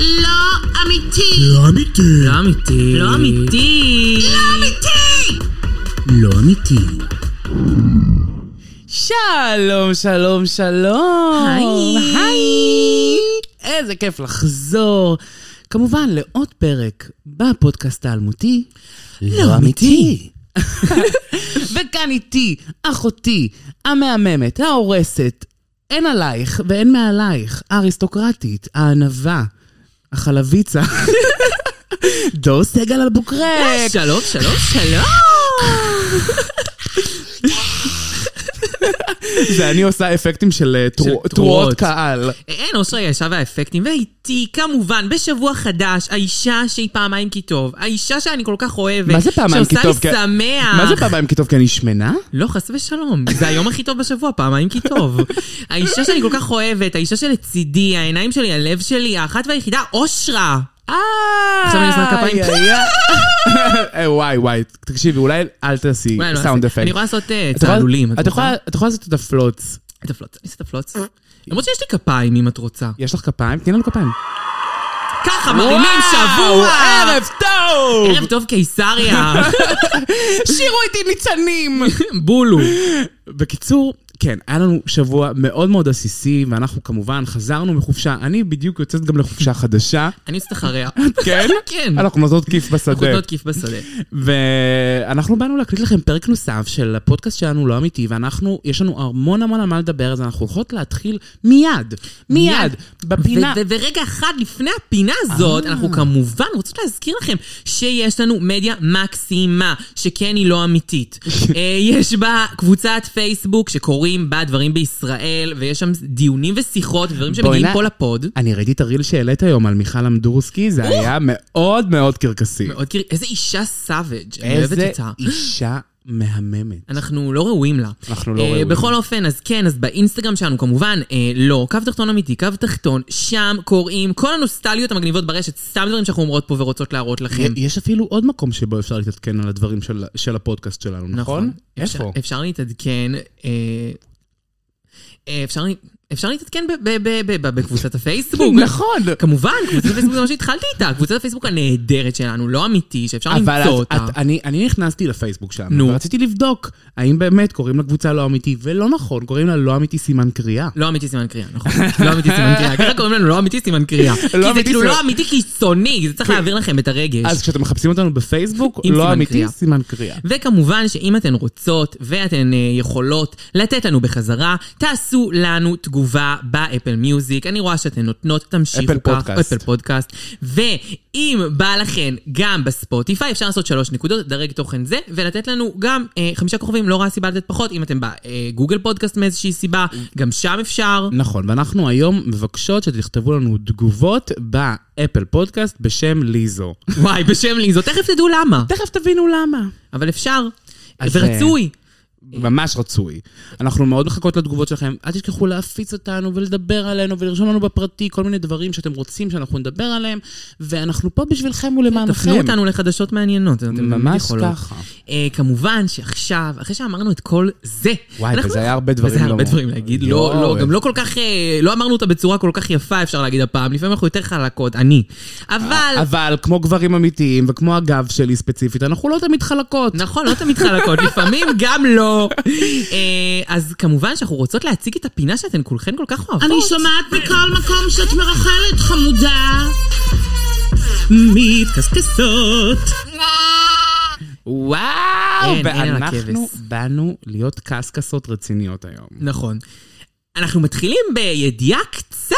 לא אמיתי! לא אמיתי. לא אמיתי. לא אמיתי. לא אמיתי! לא אמיתי. שלום, שלום, שלום. היי. היי. איזה כיף לחזור. כמובן, לעוד פרק בפודקאסט האלמותי. לא אמיתי. וכאן איתי, אחותי, המהממת, ההורסת, אין עלייך ואין מעלייך, האריסטוקרטית, הענווה, החלביצה, דור סגל על בוקרק. שלום, שלום, שלום. זה אני עושה אפקטים של אה, של תרו- תרועות. תרועות קהל. אין, אושרי ישב והאפקטים, ואיתי, כמובן, בשבוע חדש, האישה שהיא פעמיים כי טוב, האישה שאני כל כך אוהבת, מה זה פעמיים כי טוב? שעושה לי שמח. מה זה פעמיים כי טוב? כי אני שמנה? לא, חס ושלום. זה היום הכי טוב בשבוע, פעמיים כי טוב. האישה שאני כל כך אוהבת, האישה שלצידי, העיניים שלי, הלב שלי, האחת והיחידה, אושרה. אה, עכשיו אני עושה כפיים. איי, איי, איי. אה, וואי וואי, תקשיבי, אולי אל תעשי וואי, אני לא סאונד אעשה- אפקט. אני יכולה לעשות אה, את יכולה- צעלולים. את יכולה את יכולה לעשות את הפלוץ. את הפלוץ, אני אעשה את הפלוץ. למרות שיש לי כפיים, אם את רוצה. יש לך כפיים? תני לנו כפיים. ככה, מרימים אה, שבוע! ערב טוב! ערב טוב קיסריה. שירו איתי ניצנים! בולו. בקיצור, כן, היה לנו שבוע מאוד מאוד עסיסי, ואנחנו כמובן חזרנו מחופשה. אני בדיוק יוצאת גם לחופשה חדשה. אני יוצאת אחריה. כן? כן. אנחנו נותנות כיף בשדה. אנחנו נותנות כיף בשדה. ואנחנו באנו להקליט לכם פרק נוסף של הפודקאסט שלנו לא אמיתי, ואנחנו, יש לנו המון המון על מה לדבר, אז אנחנו הולכות להתחיל מיד, מיד, מיד. בפינה. ו- ו- ורגע אחד לפני הפינה אה. הזאת, אנחנו כמובן רוצות להזכיר לכם שיש לנו מדיה מקסימה, שכן היא לא אמיתית. אה, יש בה קבוצת פייסבוק שקוראים בה דברים בישראל, ויש שם דיונים ושיחות, ודברים בואי שמגיעים נ- פה לפוד. אני ראיתי את הריל שהעלית היום על מיכל אמדורסקי, זה היה מאוד מאוד קרקסי. מאוד קיר- איזה אישה סאביג', אני אוהבת איזה אותה. אישה מהממת. אנחנו לא ראויים לה. אנחנו לא אה, ראויים. בכל אופן, אז כן, אז באינסטגרם שלנו כמובן, אה, לא, קו תחתון אמיתי, קו תחתון, שם קוראים כל הנוסטליות המגניבות ברשת, סתם דברים שאנחנו אומרות פה ורוצות להראות לכם. כן, יש אפילו עוד מקום שבו אפשר להתעדכן על הדברים של- של הפודקאסט שלנו, נכון? אפשר- איפה? אפשר להתעדכן, אה, אה, אפשר אפשר להתעדכן ב- ב- ב- ב- ב- בקבוצת הפייסבוק. נכון. כמובן, קבוצת הפייסבוק זה מה שהתחלתי איתה, קבוצת הפייסבוק הנהדרת שלנו, לא אמיתי, שאפשר אבל את, למצוא אותה. את, אני, אני נכנסתי לפייסבוק שלנו, נו. ורציתי לבדוק האם באמת קוראים לקבוצה לא אמיתי, ולא נכון, קוראים לה לא אמיתי סימן קריאה. לא אמיתי סימן קריאה, נכון. לא אמיתי סימן קריאה. ככה קוראים לנו לא אמיתי סימן קריאה. כי זה אמיתי כאילו סימן- כן. לא אמיתי קיצוני, זה צריך להעביר לכם את הרגש. אז כשאתם מחפשים אותנו בפייסבוק, עם לא סימן אמיתי קריאה. סימן קריאה. וכמובן שאם אתן רוצות ואתן אה, יכולות לתת לנו בחזרה, תעשו לנו תגובה באפל מיוזיק. אני רואה שאתן נותנות, תמשיכו אפל כך. פודקאסט. אפל פודקאסט. ואם בא לכן גם בספוטיפיי, אפשר לעשות שלוש נקודות, לדרג תוכן זה, ולתת לנו גם אה, חמישה כוכבים, לא רואה סיבה לתת פחות. אם אתם בגוגל פודקאסט מאיזושהי סיבה, גם שם אפשר. נכון, ואנחנו היום מבקשות שתכתבו לנו תגובות באפל פודקאסט בשם ליזו. וואי, בשם ליזו, תכף תדעו למה. תכף תבינו למה. אבל אפשר. אז, אה, ורצוי. ממש רצוי. אנחנו מאוד מחכות לתגובות שלכם. אל תשכחו להפיץ אותנו ולדבר עלינו ולרשום לנו בפרטי כל מיני דברים שאתם רוצים שאנחנו נדבר עליהם, ואנחנו פה בשבילכם ולמענכם. תפנו אותנו לחדשות מעניינות. אתם ממש יכולות. ככה. אה, כמובן שעכשיו, אחרי שאמרנו את כל זה, וואי, אנחנו- וזה היה הרבה דברים וזה היה הרבה לא- דברים להגיד, לא, יואו. לא, גם לא כל כך, אה, לא אמרנו אותה בצורה כל כך יפה, אפשר להגיד הפעם, לפעמים אנחנו יותר חלקות, אני. אבל, אבל כמו גברים אמיתיים, וכמו הגב שלי ספציפית, אנחנו לא תמיד חלקות. נכון, לא תמיד חלקות, לפעמים גם לא. אה, אז כמובן שאנחנו רוצות להציג את הפינה שאתן כולכן כל כך אוהבות. אני שומעת מכל מקום שאת מרחלת, חמודה. מתקסקסות. וואו! אין, אין על ואנחנו הכבש. באנו להיות קסקסות רציניות היום. נכון. אנחנו מתחילים בידיעה קצת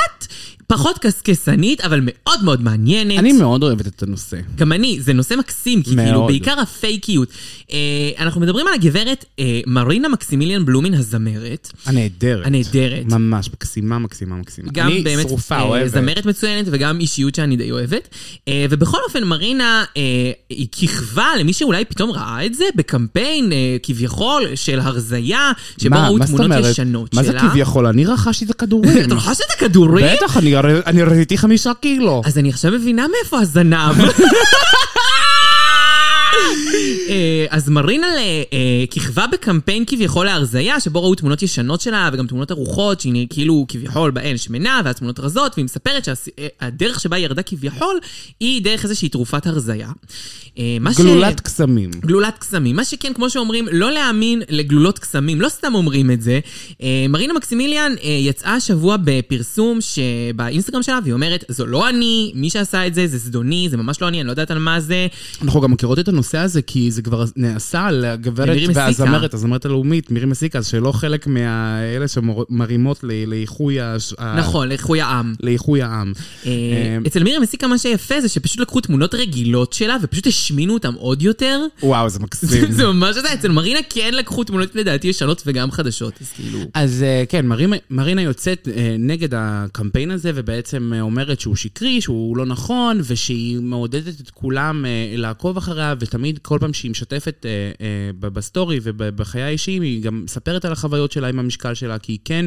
פחות קסקסנית, אבל מאוד מאוד מעניינת. אני מאוד אוהבת את הנושא. גם אני, זה נושא מקסים, כי מאוד. כאילו, בעיקר הפייקיות. אה, אנחנו מדברים על הגברת אה, מרינה מקסימיליאן בלומין הזמרת. הנהדרת. הנהדרת. ממש, מקסימה, מקסימה, מקסימה. גם אני באמת שרופה, אה, אוהבת. זמרת מצוינת וגם אישיות שאני די אוהבת. אה, ובכל אופן, מרינה אה, היא כיכבה למי שאולי פתאום ראה את זה בקמפיין אה, כביכול של הרזייה, שבו מה- ראו מה זאת תמונות אומרת? ישנות מה שלה. זה כביכול? אני רכשתי את הכדורים. אתה חש את הכדורים? בטח, אני הר- אני רזיתי חמישה קילו. אז אני עכשיו מבינה מאיפה הזנב. אה, אז מרינה ל- אה, כיכבה בקמפיין כביכול להרזייה, שבו ראו תמונות ישנות שלה וגם תמונות ארוחות, שהיא נראה כאילו כביכול בהן שמנה, ואז תמונות רזות, והיא מספרת שהדרך שבה היא ירדה כביכול, היא דרך איזושהי תרופת הרזייה. אה, מה ש- גלולת קסמים. גלולת קסמים. מה שכן, כמו שאומרים, לא להאמין לגלולות קסמים, לא סתם אומרים את זה. אה, מרינה מקסימיליאן אה, יצאה השבוע בפרסום שבאינסטגרם שלה, והיא אומרת, זו לא אני, מי שעשה את זה, זה זדוני, זה ממש לא אני, אני לא יודעת על מה זה. אנחנו גם מכירות את הנושא הזה, כי זה כבר נעשה על הגברת מירי מסיקה. והזמרת, הזמרת הלאומית, מירי מסיקה, שלא חלק מאלה שמרימות ל- לאיחוי הש- ה- נכון, לאיחוי העם. לאיחוי העם. אה, אה, אצל מירי מסיקה מה שיפה זה שפשוט לקחו תמונות רגילות שלה ופשוט השמינו אותן עוד יותר. וואו, זה מקסים. זה ממש זה, אצל מרינה כן לקחו תמונות לדעתי ישנות וגם חדשות, אז כאילו... אז אה, כן, מרינה, מרינה יוצאת אה, נגד הקמפיין הזה, ובעצם אה, אומרת שהוא שקרי, שהוא לא נכון, ושהיא מעודדת את כולם אה, לעקוב אחריה, ותמיד, כל פעם שהיא משתפת אה, אה, ב- בסטורי ובחיי האישיים, היא גם מספרת על החוויות שלה עם המשקל שלה, כי היא כן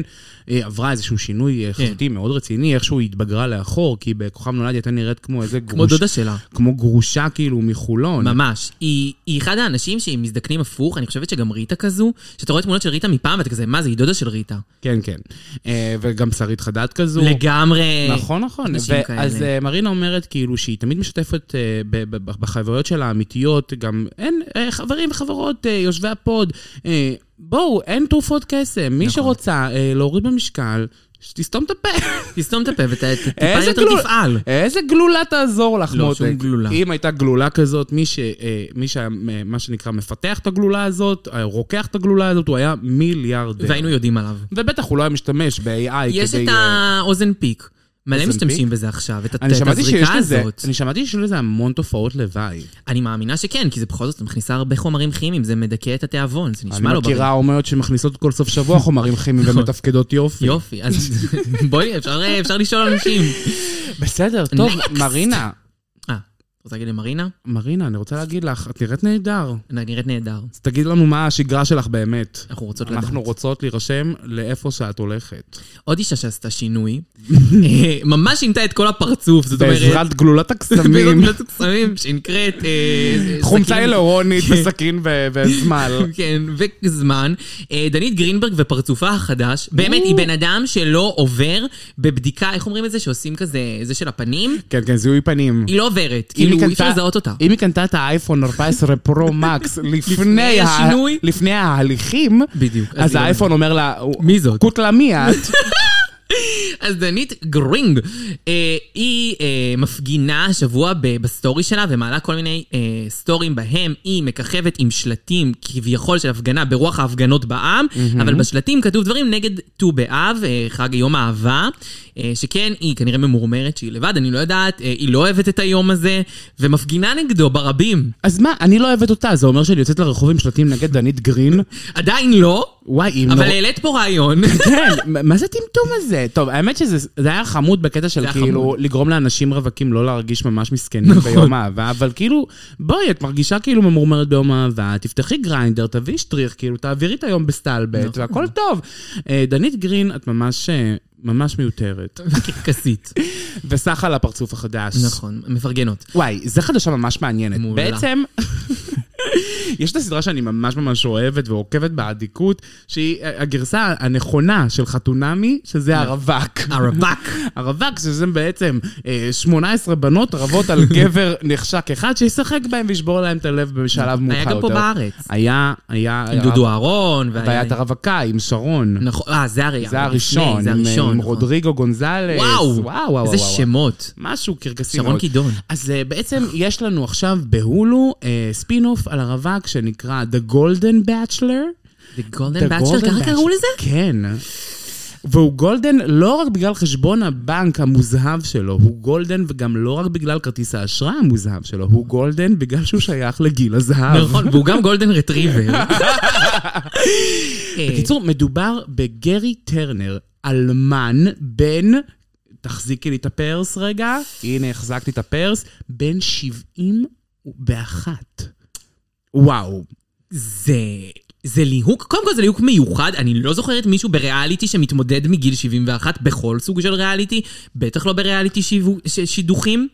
אה, עברה איזשהו שינוי אה, כן. חזותי מאוד רציני, איכשהו היא התבגרה לאחור, כי בכוכב נולד היא הייתה נראית כמו איזה גרוש... כמו דודה שלה. כמו גרושה כאילו מחולון. ממש. היא, היא אחד האנשים שהם מזדקנים הפוך, אני חושבת שגם ריטה כזו, שאתה רואה תמונות של ריטה מפעם ואתה כזה, מה זה, היא דודה של ריטה. כן, כן. אה, וגם שרית חדד כזו. לגמרי. לא. נכון, נכון. אנשים אז כאלה. אה, מרינה אומרת כאילו שהיא תמיד משתפת אה, ב- ב- בחוויות שלה האמיתיות, גם אין, אה, חברים וחברות, אה, יושבי הפוד, אה, בואו, אין תרופות קסם. נכון. מי שרוצה אה, להוריד במשקל, שתסתום את הפה. תסתום את הפה וטיפה איזה כאילו- יותר גלול- תפעל. איזה גלולה תעזור לך, לא, מותק. שום גלולה. אם הייתה גלולה כזאת, מי ש... אה, מי שהיה, אה, מה שנקרא, מפתח את הגלולה הזאת, אה, רוקח את הגלולה הזאת, הוא היה מיליארדר. והיינו יודעים עליו. ובטח הוא לא היה משתמש ב-AI יש כדי... את אה, האוזן פיק. מלא אוזן משתמשים בזה עכשיו, את הת- אני את שמעתי שיש הזריקה לזה, הזאת. אני שמעתי שיש לזה המון תופעות לוואי. אני מאמינה שכן, כי זה בכל זאת מכניסה הרבה חומרים כימיים, זה מדכא את התיאבון, זה נשמע אני לא בריא. נכון. מכירה הומיות שמכניסות כל סוף שבוע חומרים כימיים ומתפקדות יופי. יופי, אז בואי, אפשר אה, אפשר לשאול אנשים. בסדר, טוב, מרינה, אה, רוצה להגיד למרינה? מרינה, אני רוצה להגיד לך, את נראית נהדר. נראית נהדר. אז תגיד לנו מה השגרה שלך באמת. אנחנו רוצות לדעת. אנחנו רוצות להירשם לאיפה שאת הולכת. עוד אישה שעשתה שינוי, אה, ממש שינתה את כל הפרצוף, זאת אומרת... בעזרת גלולת הקסמים, בעזרת קסמים, שנקראת... אה, סכין- חומצה אלאורונית וסכין ו- וזמל. כן, וזמן. אה, דנית גרינברג ופרצופה החדש, באמת, היא בן אדם שלא עובר בבדיקה, איך אומרים את זה? שעושים כזה, זה של הפנים? כן, כן, זיהוי פנים. היא לא עוברת, אם היא כאילו אי אפשר קנתה- לזהות אותה. אם היא קנתה את האייפון 14 פרו מקס לפני ה- השינוי? לפני ההליכים, בדיוק, אז אז היא לא- האייפון אומר לה, מי זאת? קוטלה מי את? אז דנית גרינג, אה, היא אה, מפגינה השבוע ב- בסטורי שלה ומעלה כל מיני אה, סטורים בהם היא מככבת עם שלטים כביכול של הפגנה ברוח ההפגנות בעם, אבל בשלטים כתוב דברים נגד ט"ו באב, אה, חג יום האהבה, אה, שכן היא כנראה ממורמרת שהיא לבד, אני לא יודעת, אה, היא לא אוהבת את היום הזה, ומפגינה נגדו ברבים. אז מה, אני לא אוהבת אותה, זה אומר שאני יוצאת לרחוב עם שלטים נגד דנית גרין? עדיין לא, וואי, אם אבל נורא... העלית פה רעיון. כן, מה מה זה הטמטום הזה? טוב, האמת שזה זה היה חמוד בקטע של היה כאילו חמוד. נכון. לגרום לאנשים רווקים לא להרגיש ממש מסכנים ביום האהבה, אבל כאילו, בואי, את מרגישה כאילו ממורמרת ביום האהבה, תפתחי גריינדר, תביאי שטריך, כאילו, תעבירי את היום בסטלבט, נכון. והכל טוב. אה, דנית גרין, את ממש... אה, ממש מיותרת. קרקסית. וסך על הפרצוף החדש. נכון, מפרגנות. וואי, זו חדשה ממש מעניינת. מעולה. בעצם, יש את הסדרה שאני ממש ממש אוהבת ועוקבת באדיקות, שהיא הגרסה הנכונה של חתונמי, שזה הרווק. הרווק. הרווק, שזה בעצם אה, 18 בנות רבות על גבר נחשק אחד, שישחק בהם וישבור להם את הלב בשלב מאוחר היה יותר. גם פה בארץ. היה, היה... עם היה- דודו אהרון, והיה את הרווקה עם שרון. נכון, אה, זה הרי, זה הרי הראשון, לפני, זה עם- אה, הראשון, עם נכון. רודריגו גונזלס. וואו, וואו, וואו, איזה וואו. שמות. משהו קרקסי מאוד. שרון קידון. אז אה, בעצם יש לנו עכשיו בהולו אה, ספין-אוף על הרווק שנקרא The Golden Bachelor. The The Golden Golden Bachelor, ככה קראו Bachelor. לזה? כן. והוא גולדן לא רק בגלל חשבון הבנק המוזהב שלו, הוא גולדן וגם לא רק בגלל כרטיס האשראי המוזהב שלו, הוא גולדן בגלל שהוא שייך לגיל הזהב. נכון, והוא גם גולדן רטריבר. אה, בקיצור, מדובר בגרי טרנר, אלמן בן, תחזיקי לי את הפרס רגע, הנה החזקתי את הפרס, בן 71. וואו. אה, זה... זה ליהוק, קודם כל זה ליהוק מיוחד, אני לא זוכרת מישהו בריאליטי שמתמודד מגיל 71 בכל סוג של ריאליטי, בטח לא בריאליטי שיו- ש- שידוכים.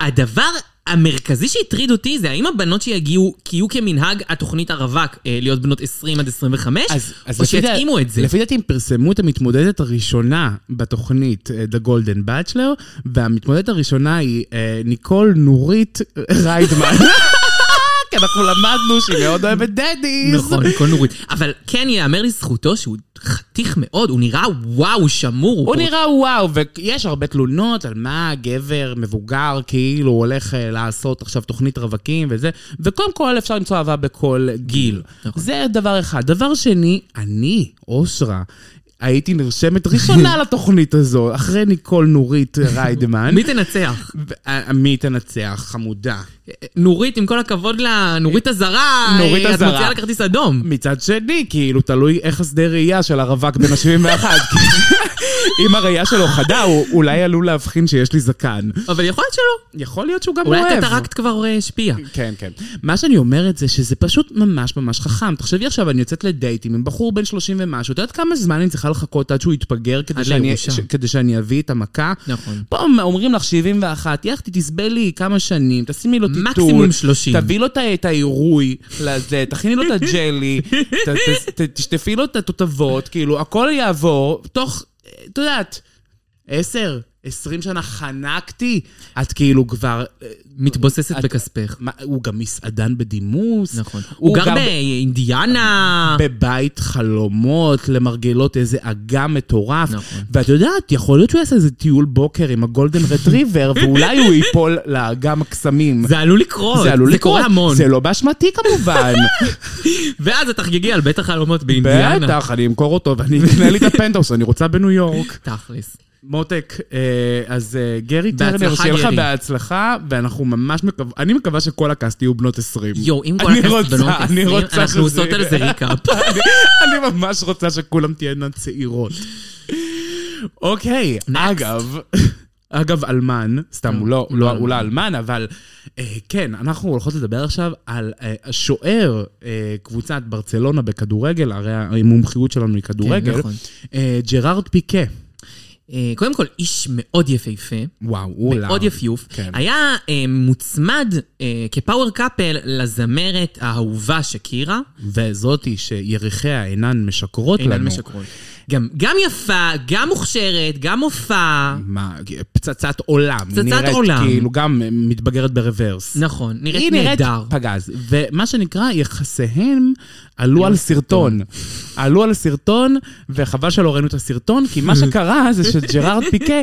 הדבר המרכזי שהטריד אותי זה האם הבנות שיגיעו, כי יהיו כמנהג התוכנית הרווק, אה, להיות בנות 20 עד 25, או לפי דע- שיתאימו את זה. לפי דעתי הם פרסמו את המתמודדת הראשונה בתוכנית, אה, The Golden Bachelor, והמתמודדת הראשונה היא אה, ניקול נורית ריידמן. כי אנחנו למדנו שהיא מאוד אוהבת דדיז. נכון, כל נורית. אבל כן ייאמר לזכותו שהוא חתיך מאוד, הוא נראה וואו, שמור. הוא כל- נראה וואו, ויש הרבה תלונות על מה גבר מבוגר כאילו הולך אה, לעשות עכשיו תוכנית רווקים וזה, וקודם כל אפשר למצוא אהבה בכל גיל. נכון. זה דבר אחד. דבר שני, אני, אושרה, הייתי נרשמת ראשונה לתוכנית הזו, אחרי ניקול נורית ריידמן. מי תנצח? ו- מי תנצח? חמודה. נורית, עם כל הכבוד לה, נורית אזהרה, אה, נורית אה, את אזהרה. מוציאה לה כרטיס אדום. מצד שני, כאילו, תלוי איך השדה ראייה של הרווק בן ה-71. אם הראייה שלו חדה, הוא אולי עלול להבחין שיש לי זקן. אבל יכול להיות שלא. יכול להיות שהוא גם לא אוהב. אולי הקטרקט כבר אה, השפיע. כן, כן. מה שאני אומרת זה שזה פשוט ממש ממש חכם. תחשבי עכשיו, אני יוצאת לדייטים עם בחור בן 30 ומשהו, את יודעת כמה זמן אני צריכה לחכות עד שהוא יתבגר כדי, עד שאני, לירושה. ש, כדי שאני אביא את המכה? נכון. פה אומרים לך 71, יחתי, תסבלי כמה שנים, תשימי לו טיטול. מקסימום 30. תביאי לו את ה- את העירוי לזה, תכיני לו את הג'לי, ת- ת- ת- תשטפי לו את התותבות, כאילו, הכל יעבור תוך, אה, את יודעת, 10, 20 שנה חנקתי, את כאילו כבר... אה, מתבוססת את- בכספך. מה, הוא גם מסעדן בדימוס. נכון. הוא גר באינדיאנה. בבית חלומות, למרגלות איזה אגם מטורף. נכון. ואת יודעת, יכול להיות שהוא יעשה איזה טיול בוקר עם הגולדן רטריבר, ואולי הוא ייפול לאגם הקסמים. זה עלול לקרות. זה עלול זה קורה לקרות. המון. זה לא באשמתי כמובן. ואז את תחגגי על בית החלומות באינדיאנה. בטח, אני אמכור אותו ואני אקנה לי את הפנטהאוס, אני רוצה בניו יורק. תכלס. מותק, אה, אז אה, גרי טרנר, בהצלחה, שיהיה לך גרי. בהצלחה, ואנחנו ממש מקווים, אני מקווה שכל הקאסט יהיו בנות 20. יואו, אם כל אני הכסף רוצה, בלון אני תעשי, רוצה אנחנו שזה עושות על זה יהיה. ריקאפ. אני- אני ממש רוצה שכולם תהיינה צעירות. אוקיי, אגב, אגב, אלמן, סתם, הוא כן, לא- הוא לא- הוא לא אלמן, אבל אה, כן, אנחנו הולכות לדבר עכשיו על אה, השוער אה, קבוצת ברצלונה בכדורגל, הרי המומחיות שלנו היא כדורגל, נכון. אה, ג'רארד פיקה. אה, קודם כל, איש מאוד יפהפה. וואו, הוא עולה. מאוד יפיוף. כן. היה אה, מוצמד אה, כפאוור קאפל לזמרת האהובה שקירה. וזאתי שירחיה אינן משקרות אוקיי. לנו. אינן משקרות. גם, גם יפה, גם מוכשרת, גם מופע. מה, פצצת עולם. היא פצצת נראית עולם. כאילו גם מתבגרת ברוורס. נכון, נראית היא נראית נהדר. פגז. ומה שנקרא, יחסיהם עלו על סרטון. עלו על סרטון, וחבל שלא ראינו את הסרטון, כי מה שקרה זה שג'רארד פיקה אה,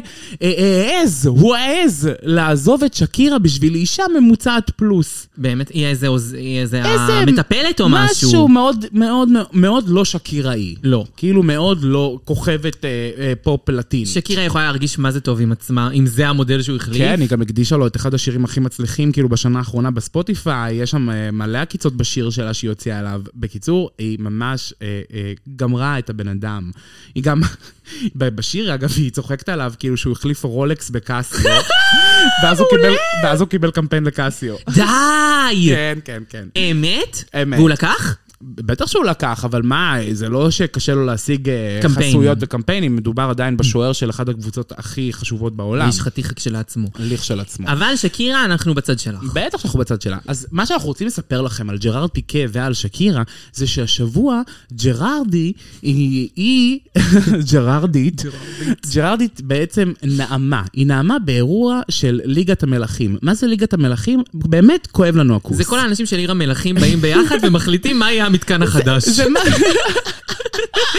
אה, העז, הוא העז לעזוב את שקירה בשביל אישה ממוצעת פלוס. באמת, היא איזה, עוז- היא איזה איזה המטפלת או משהו. משהו מאוד מאוד מאוד לא שקיראי. לא. כאילו מאוד לא כוכבת אה, אה, פופ לטין. שקירה יכולה להרגיש מה זה טוב עם עצמה, אם זה המודל שהוא החליף. כן, היא גם הקדישה לו את אחד השירים הכי מצליחים, כאילו, בשנה האחרונה בספוטיפיי, יש שם אה, מלא עקיצות בשיר שלה שהיא הוציאה עליו. בקיצור, היא ממש אה, אה, גמרה את הבן אדם. היא גם, ב- בשיר, אגב, היא צוחקת עליו, כאילו שהוא החליף רולקס בקאסיו. ואז הוא קיבל- ואז הוא קיבל קמפיין לקאסיו. די! כן, כן, כן. אמת? אמת. והוא לקח? בטח שהוא לקח, אבל מה, זה לא שקשה לו להשיג אה, קמפיינים. חסויות וקמפיינים, מדובר עדיין בשוער של אחת הקבוצות הכי חשובות בעולם. איש חתיך כשלעצמו. לכשלעצמו. אבל שקירה, אנחנו בצד שלך. בטח שאנחנו בצד שלה. אז מה שאנחנו רוצים לספר לכם על ג'רארד פיקה ועל שקירה, זה שהשבוע ג'רארדי היא, היא ג'רארדית, ג'רארדית בעצם נעמה. היא נעמה באירוע של ליגת המלכים. מה זה ליגת המלכים? באמת כואב לנו הכוס. זה כל האנשים של עיר המלכים באים ביחד ומחליטים מה יהיה המתקן החדש. זה מה...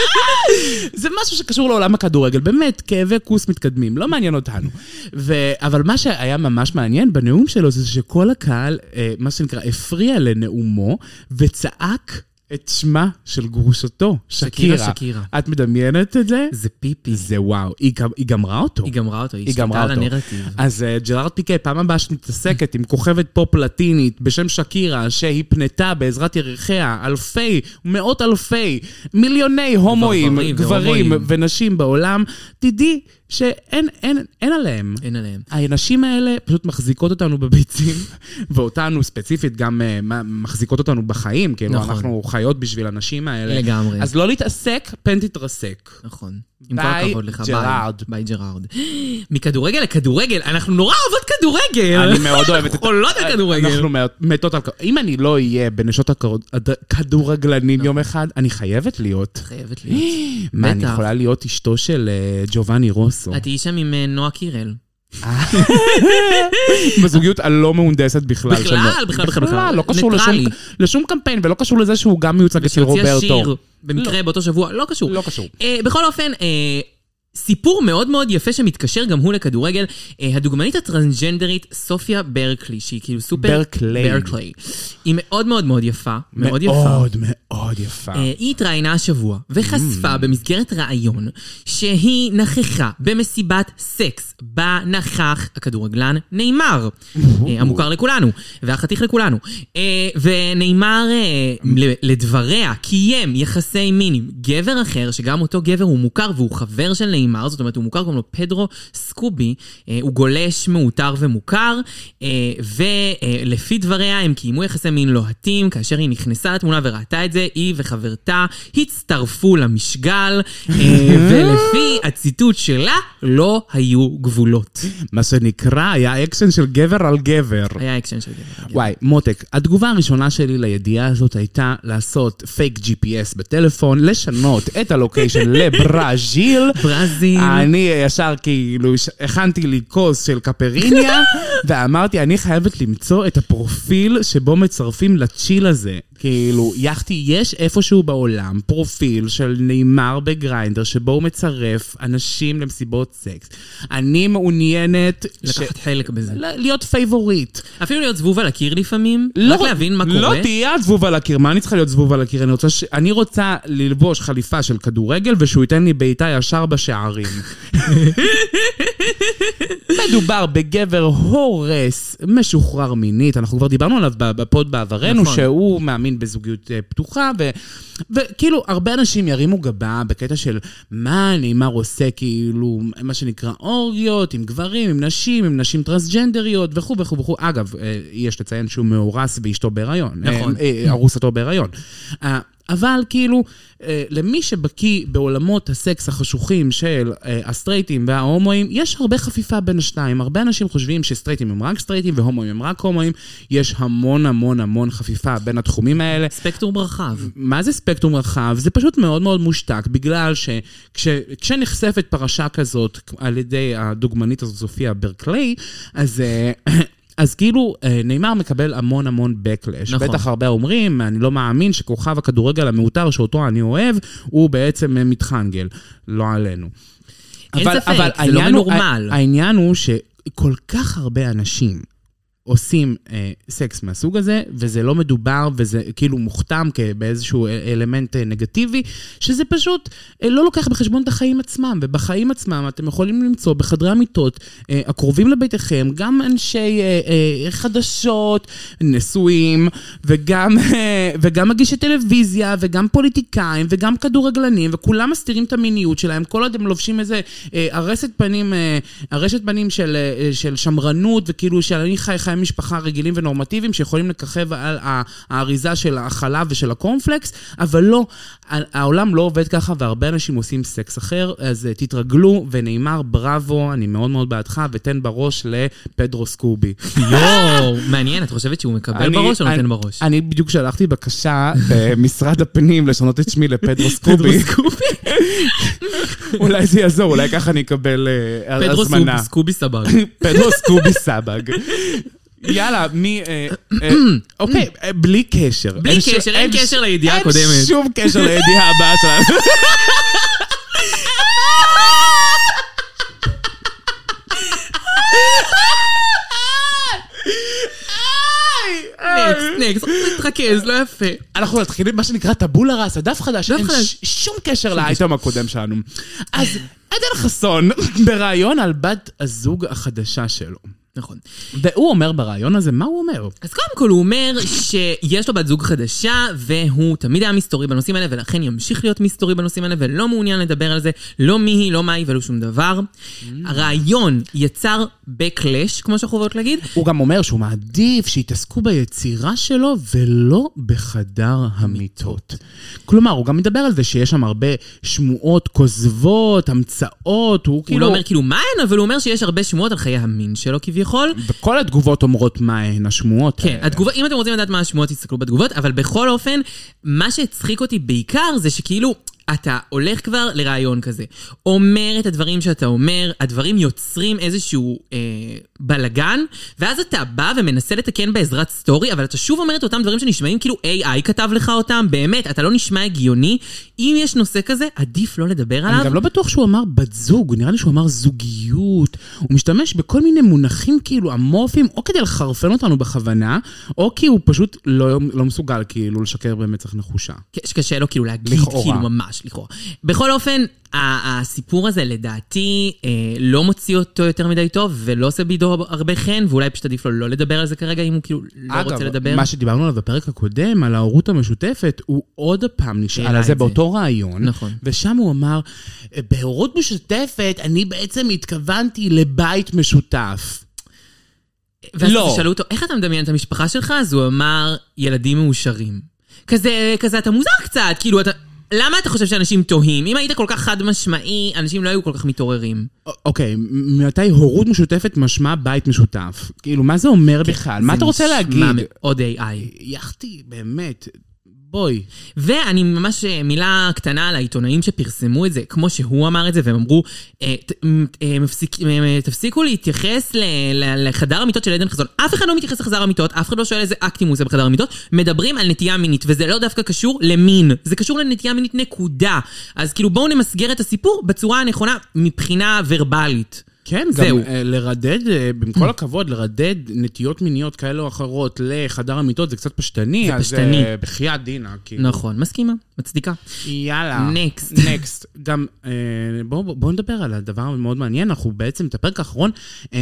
זה משהו שקשור לעולם הכדורגל, באמת, כאבי כוס מתקדמים, לא מעניין אותנו. ו... אבל מה שהיה ממש מעניין בנאום שלו זה שכל הקהל, אה, מה שנקרא, הפריע לנאומו וצעק את שמה של גרושתו, שקירה. שקירה, שקירה. את מדמיינת את זה? זה פיפי. זה וואו, היא, גם, היא גמרה אותו. היא גמרה אותו, היא היא גמרה השתלטה על אותו. הנרטיב. אז אה, ג'רארד פיקה, פעם הבאה שאת מתעסקת עם כוכבת פופ לטינית בשם שקירה, שהפנתה בעזרת ירחיה אלפי, מאות אלפי, מיליוני הומואים, גברים גברים והומואים. ונשים בעולם, תדעי שאין אין, אין עליהם. אין עליהם. הנשים האלה פשוט מחזיקות אותנו בביצים, ואותנו ספציפית גם אה, מה- מחזיקות אותנו בחיים, כאילו נכון. אוקיי. אנחנו חיות בשביל הנשים האלה. לגמרי. אז לא להתעסק, פן תתרסק. נכון. עם כל ביי, הכבוד לך, ג'רארד. ביי ג'רארד. מכדורגל לכדורגל, אנחנו נורא אוהבות כדורגל. אני מאוד אוהבת את... אנחנו חולות על כדורגל. אה, אנחנו מאוד- מתות על כדורגל. אם אני לא אהיה בנשות הכדור- הד- לא. כדורגלנים יום אחד, אני חייבת להיות. חייבת להיות. מה, אני בטח. יכולה להיות אשתו של אה, ג'ובאני רוסו. את תהיי שם עם אה, נועה קירל. בזוגיות הלא מהונדסת בכלל. בכלל, שלא- בכלל, בכלל, בכלל. לא קשור לשום- ניטרלי. לשום קמפיין, ולא קשור לזה שהוא גם מיוצג אצל שהוציאה שיר רוברטו. במקרה באותו שבוע, לא קשור. לא קשור. אה, בכל אופן, אה, סיפור מאוד מאוד יפה שמתקשר גם הוא לכדורגל, אה, הדוגמנית הטרנסג'נדרית סופיה ברקלי, שהיא כאילו סופר... ברקלי. ברקלי. היא מאוד מאוד מאוד יפה, מאוד יפה. מאוד מאוד יפה. אה, היא התראיינה השבוע וחשפה במסגרת ראיון שהיא נכחה במסיבת סקס בה נכח הכדורגלן נאמר, אה, המוכר לכולנו והחתיך לכולנו. אה, ונאמר, אה, ל- לדבריה, קיים יחסי מין עם גבר אחר, שגם אותו גבר הוא מוכר והוא חבר של נאמר, זאת אומרת הוא מוכר, קוראים לו פדרו סקובי, אה, הוא גולש מאותר ומוכר, אה, ולפי דבריה הם קיימו יחסי מין לוהטים, כאשר היא נכנסה לתמונה וראתה את זה, היא וחברתה הצטרפו למשגל, אה, ולפי הציטוט שלה, לא היו גבולות. מה שנקרא, היה אקשן של גבר על גבר. היה אקשן של גבר. כן. וואי, מותק, התגובה הראשונה שלי לידיעה הזאת הייתה לעשות פייק GPS בטלפון, לשנות את הלוקיישן לברזיל. ברזיל. אני ישר כאילו, ש- הכנתי לי כוס של קפריניה, ואמרתי, אני חייבת למצוא את הפרופיל שבו מצרפים לצ'יל הזה. כאילו, יחתי, יש איפשהו בעולם פרופיל של נאמר בגריינדר, שבו הוא מצרף אנשים למסיבות סקס. אני מעוניינת... ש- לקחת חלק בזה. ל- להיות פייבוריט. אפילו להיות זבוב על הקיר לפעמים, רק להבין מה לא קורה. תהיה את זבוב על הקיר, מה אני צריכה להיות זבוב על הקיר? אני רוצה, ש... אני רוצה ללבוש חליפה של כדורגל ושהוא ייתן לי בעיטה ישר בשערים. מדובר בגבר הורס, משוחרר מינית, אנחנו כבר דיברנו עליו ב- בפוד בעברנו, נכון. שהוא מאמין בזוגיות אה, פתוחה, ו... וכאילו, הרבה אנשים ירימו גבה בקטע של מה נאמר עושה, כאילו, מה שנקרא אורגיות, עם גברים, עם נשים, עם נשים טרנסג'נדריות וכו' וכו' וכו'. אגב, אה, יש לציין שהוא מאורס באשתו בהיריון. נכון. אה, אה, ארוסתו בהיריון. אה, אבל כאילו, אה, למי שבקיא בעולמות הסקס החשוכים של אה, הסטרייטים וההומואים, יש הרבה חפיפה בין השניים. הרבה אנשים חושבים שסטרייטים הם רק סטרייטים והומואים הם רק הומואים. יש המון המון המון חפיפה בין התחומים האלה. ספקטרום רחב. מה זה ספקטרום רחב? זה פשוט מאוד מאוד מושתק, בגלל שכשנחשפת פרשה כזאת על ידי הדוגמנית הזאת, סופיה ברקלי, אז... אה, אז כאילו, אה, נאמר מקבל המון המון backlash. נכון. בטח הרבה אומרים, אני לא מאמין שכוכב הכדורגל המעוטר שאותו אני אוהב, הוא בעצם אה, מתחנגל. לא עלינו. אין ספק, זה לא העניין הוא- מנורמל. העניין הוא שכל כך הרבה אנשים עושים אה, סקס מהסוג הזה, וזה לא מדובר, וזה כאילו מוכתם כ- באיזשהו אה, אלמנט אה, נגטיבי, שזה פשוט אה, לא לוקח בחשבון את החיים עצמם, ובחיים עצמם אתם יכולים למצוא בחדרי המיטות אה, הקרובים לביתכם גם אנשי אה, אה, חדשות, נשואים, וגם, אה, וגם מגישי טלוויזיה, וגם פוליטיקאים, וגם כדורגלנים, וכולם מסתירים את המיניות שלהם, כל עוד הם לובשים איזה אה, ארשת פנים, אה, ארשת פנים של, אה, אה, של שמרנות, וכאילו שאני חי חיי משפחה רגילים ונורמטיביים, שיכולים לככב על ה- האריזה של החלב ושל הקורנפלקס, אבל לא, ה- העולם לא עובד ככה, והרבה אנשים עושים סקס אחר, אז אה, תתרגלו, ונאמר בראבו, אני מאוד מאוד בעדך, ותן בראש לפדרו סקובי. יואו, מעניין, את חושבת שהוא מקבל אני- בראש או אני- נותן בראש? אני בדיוק שלחתי בקשה במשרד הפנים לשנות את שמי לפדרו סקובי. אולי זה יעזור, אולי ככה אני אקבל אה, פדרו הזמנה. סקוב- סקובי סבג. פדרו סקובי סבג. יאללה, מי... אה, אה, אוקיי, אה, בלי קשר. בלי אין ש- קשר, אין ש- קשר לידיעה אין הקודמת. שום קשר לידיעה הבאה שלנו. נקסט, נקסט, תתרכז, לא יפה. אנחנו נתחיל עם מה שנקרא טבולה ראסה, דף חדש, דף אין חדש. ש- שום קשר לאייטם הקודם שלנו. אז עדן חסון, בריאיון על בת הזוג החדשה שלו. נכון. והוא אומר ברעיון הזה, מה הוא אומר? אז קודם כל הוא אומר שיש לו בת זוג חדשה, והוא תמיד היה מסתורי בנושאים האלה, ולכן ימשיך להיות מסתורי בנושאים האלה, ולא מעוניין לדבר על זה, לא מי היא, לא מה היא ולא שום דבר. Mm. הרעיון יצר backlash, כמו שאנחנו אוהבות להגיד, הוא גם אומר שהוא מעדיף שיתעסקו ביצירה שלו ולא בחדר המיטות. כלומר, הוא גם מדבר על זה שיש שם הרבה שמועות כוזבות, המצאות, הוא הוא כאילו... לא אומר כאילו מה הן, אבל הוא אומר שיש הרבה שמועות על חיי המין שלו כביכול. וכל התגובות אומרות מה הן השמועות כן, התגובה, אם אתם רוצים לדעת מה השמועות, תסתכלו בתגובות, אבל בכל אופן, מה שהצחיק אותי בעיקר זה שכאילו, אתה הולך כבר לרעיון כזה, אומר את הדברים שאתה אומר, הדברים יוצרים איזשהו אה, בלגן, ואז אתה בא ומנסה לתקן בעזרת סטורי, אבל אתה שוב אומר את אותם דברים שנשמעים כאילו AI כתב לך אותם, באמת, אתה לא נשמע הגיוני. אם יש נושא כזה, עדיף לא לדבר עליו. אני גם לא בטוח שהוא אמר בת זוג, נראה לי שהוא אמר זוגיות. הוא משתמש בכל מיני מונחים כאילו אמורפיים, או כדי לחרפן אותנו בכוונה, או כי הוא פשוט לא, לא מסוגל כאילו לשקר במצח נחושה. שקשה לו כאילו להגיד, לכאורה. כאילו ממש, לכאורה. בכל אופן, ה- הסיפור הזה לדעתי אה, לא מוציא אותו יותר מדי טוב, ולא עושה בידו הרבה חן, ואולי פשוט עדיף לו לא לדבר על זה כרגע, אם הוא כאילו לא רוצה לדבר. מה שדיברנו עליו בפרק הקודם, על ההורות המשותפת, הוא עוד פעם נשאל העלה על זה את זה. באותו רעיון. נכון. ושם הוא אמר, בהורות משותפת, אני בעצם התכוונתי לבית משותף. ואז לא. שאלו אותו, איך אתה מדמיין את המשפחה שלך? אז הוא אמר, ילדים מאושרים. כזה, כזה אתה מוזר קצת, כאילו אתה... למה אתה חושב שאנשים תוהים? אם היית כל כך חד משמעי, אנשים לא היו כל כך מתעוררים. א- אוקיי, מ- מתי הורות משותפת משמע בית משותף? כאילו, מה זה אומר בכלל? מה כן, זה אתה רוצה להגיד? נשמע מאוד AI. יחתי, באמת. בואי. ואני ממש, אה, מילה קטנה על העיתונאים שפרסמו את זה, כמו שהוא אמר את זה, והם אמרו, אה, ת- מ- אה, מפסיק- אה, אה, תפסיקו להתייחס ל- ל- לחדר המיטות של עדן חזון. אף אחד לא מתייחס לחדר המיטות, אף אחד לא שואל איזה אקטים הוא עושה בחדר המיטות, מדברים על נטייה מינית, וזה לא דווקא קשור למין, זה קשור לנטייה מינית נקודה. אז כאילו בואו נמסגר את הסיפור בצורה הנכונה מבחינה ורבלית. כן, זהו. גם אה, לרדד, אה, עם כל הכבוד, לרדד נטיות מיניות כאלה או אחרות לחדר המיטות זה קצת פשטני. זה אז, פשטני. אה, בחייאת דינה, כאילו. נכון, מסכימה, מצדיקה. יאללה. Next. נקסט. גם, אה, בואו בוא נדבר על הדבר המאוד מעניין. אנחנו בעצם, את הפרק האחרון, אה,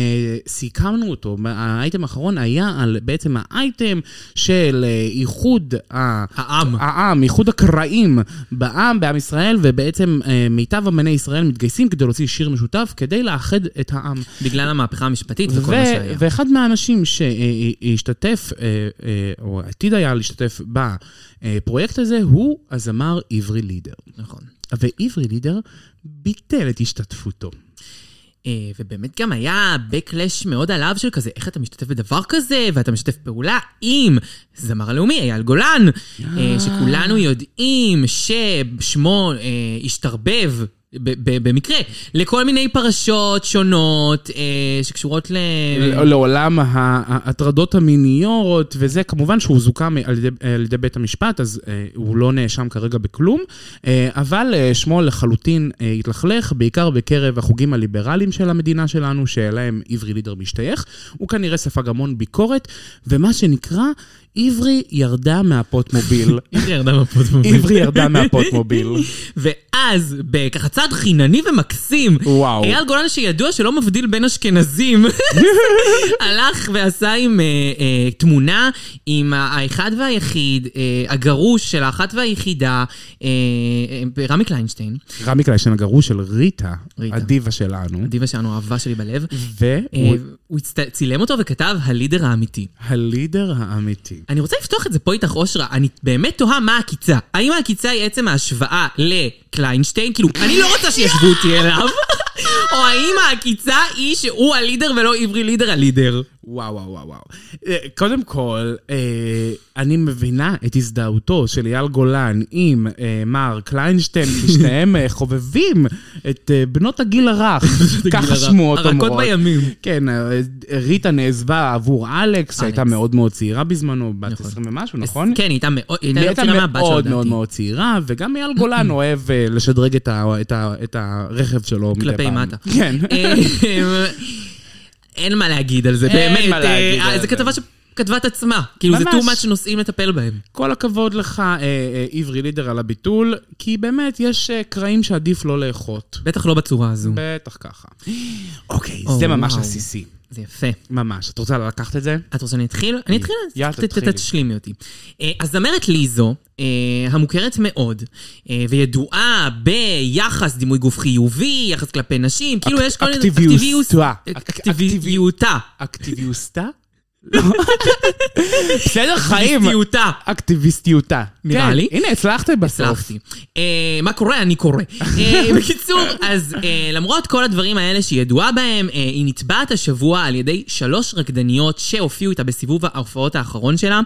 סיכמנו אותו. האייטם האחרון היה על בעצם האייטם של אה, איחוד ה... העם. העם, איחוד הקרעים בעם, בעם ישראל, ובעצם אה, מיטב אמני ישראל מתגייסים כדי להוציא שיר משותף, כדי לאחד את העם. בגלל המהפכה המשפטית ו- וכל מה שהיה. ואחד מהאנשים שהשתתף, אה, אה, או עתיד היה להשתתף בפרויקט הזה, הוא הזמר עברי לידר. נכון. ועברי לידר ביטל את השתתפותו. אה, ובאמת גם היה backlash מאוד עליו של כזה, איך אתה משתתף בדבר כזה, ואתה משתף פעולה עם זמר הלאומי אייל גולן, אה, שכולנו יודעים ששמו אה, השתרבב. ב- ב- במקרה, לכל מיני פרשות שונות אה, שקשורות ל... לא, לעולם ה- ההטרדות המיניות, וזה כמובן שהוא זוכה על ידי, על ידי בית המשפט, אז אה, הוא לא נאשם כרגע בכלום, אה, אבל אה, שמו לחלוטין אה, התלכלך, בעיקר בקרב החוגים הליברליים של המדינה שלנו, שאליהם עברי לידר משתייך. הוא כנראה ספג המון ביקורת, ומה שנקרא, עברי ירדה מהפוטמוביל. עברי ירדה מהפוטמוביל. עברי ירדה מהפוטמוביל. ואז, בככה צעד חינני ומקסים, וואו. אייל גולן שידוע שלא מבדיל בין אשכנזים, הלך ועשה עם אה, אה, תמונה עם ה- האחד והיחיד, אה, הגרוש של האחת והיחידה, אה, אה, רמי קליינשטיין, רמי קליישן הגרוש של ריטה, ריטה. הדיבה שלנו. דיבה שלנו, אהבה שלי בלב. אה, והוא הוא הצט- צילם אותו וכתב הלידר האמיתי. הלידר האמיתי. אני רוצה לפתוח את זה פה איתך, אושרה. אני באמת תוהה מה העקיצה. האם העקיצה היא עצם ההשוואה לקליינשטיין? כאילו, אני לא רוצה שישבו אותי אליו. או האם העקיצה היא שהוא הלידר ולא עברי לידר הלידר? וואו, וואו, וואו, וואו. אה, קודם כל, אה, אני מבינה את הזדהותו של אייל גולן עם אה, מר קליינשטיין, כי שניהם אה, חובבים את אה, בנות הגיל הרך, ככה שמועות אומרות. הרכות בימים. כן, אה, אה, ריטה נעזבה עבור אלכס, שהייתה מאוד מאוד צעירה בזמנו, בת 20 ומשהו, נכון? כן, היא הייתה מאוד, היא היא הייתה הייתה לא צעירה מהבת שלו, מאוד מאוד לדעתי. מאוד צעירה, וגם אייל גולן אוהב אה, לשדרג את ה- את ה- את הרכב שלו מדי פעם. כלפי מטה. כן. אה, אין מה להגיד על זה, באמת. מה להגיד אה, על זו זה. כתבה ש... כתבה את עצמה. כאילו, זה too ממש. much נושאים לטפל בהם. כל הכבוד לך, אה, אה, עברי לידר, על הביטול, כי באמת, יש אה, קרעים שעדיף לא לאחות. בטח לא בצורה הזו. בטח ככה. אוקיי, או, זה ממש וואו. עסיסי. זה יפה. ממש. את רוצה לקחת את זה? את רוצה שאני אתחיל? אני אתחיל, אז יאללה, ת- ת- תתחילי. תשלימי אותי. אה, הזמרת ליזו, אה, המוכרת מאוד, אה, וידועה ביחס דימוי גוף חיובי, יחס כלפי נשים, כאילו יש כל מיני... אקטיביוסטה. אקטיביוס- אק- אקטיביותה. אקטיביוסטה? לא. בסדר, חיים. אקטיביותה. אקטיביסטיותה. נראה כן, לי. הנה, הצלחת בסוף. הצלחתי. אה, מה קורה? אני קורא. אה, בקיצור, אז אה, למרות כל הדברים האלה שהיא ידועה בהם, אה, היא נתבעת השבוע על ידי שלוש רקדניות שהופיעו איתה בסיבוב ההופעות האחרון שלה,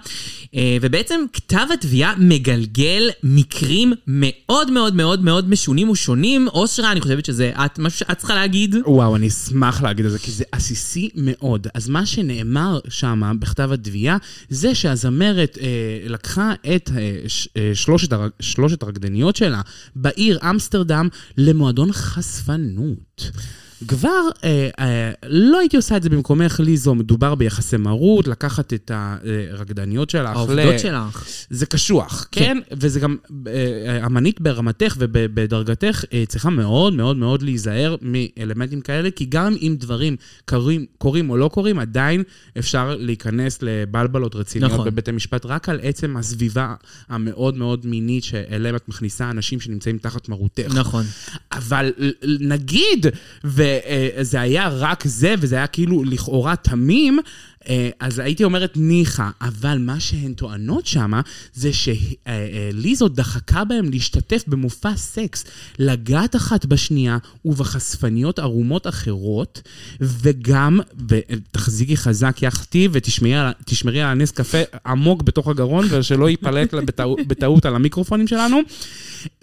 אה, ובעצם כתב התביעה מגלגל מקרים מאוד מאוד מאוד מאוד משונים ושונים. אושרה, אני חושבת שזה את, משהו שאת צריכה להגיד. וואו, אני אשמח להגיד את זה, כי זה עסיסי מאוד. אז מה שנאמר שם בכתב התביעה, זה שהזמרת אה, לקחה את אה, ש, אה, שלושת, הר, שלושת הרקדניות שלה בעיר אמסטרדם למועדון חשפנות. כבר, אה, אה, לא הייתי עושה את זה במקומך, ליזו, מדובר ביחסי מרות, לקחת את הרקדניות שלך. ל- העובדות שלך. זה קשוח, כן. כן? וזה גם, אה, אמנית ברמתך ובדרגתך אה, צריכה מאוד מאוד מאוד להיזהר מאלמנטים כאלה, כי גם אם דברים קורים, קורים או לא קורים, עדיין אפשר להיכנס לבלבלות רציניות נכון. נכון. בבית המשפט, רק על עצם הסביבה המאוד מאוד מינית שאליהם את מכניסה אנשים שנמצאים תחת מרותך. נכון. אבל ל- ל- נגיד, וזה היה רק זה, וזה היה כאילו לכאורה תמים, אה, אז הייתי אומרת ניחא, אבל מה שהן טוענות שמה, זה שליזו דחקה בהם להשתתף במופע סקס, לגעת אחת בשנייה ובחשפניות ערומות אחרות, וגם, ותחזיקי חזק יחתי ותשמרי על- תשמרי על הנס קפה עמוק בתוך הגרון, ושלא ייפלט לה בטעו- בטעות על המיקרופונים שלנו.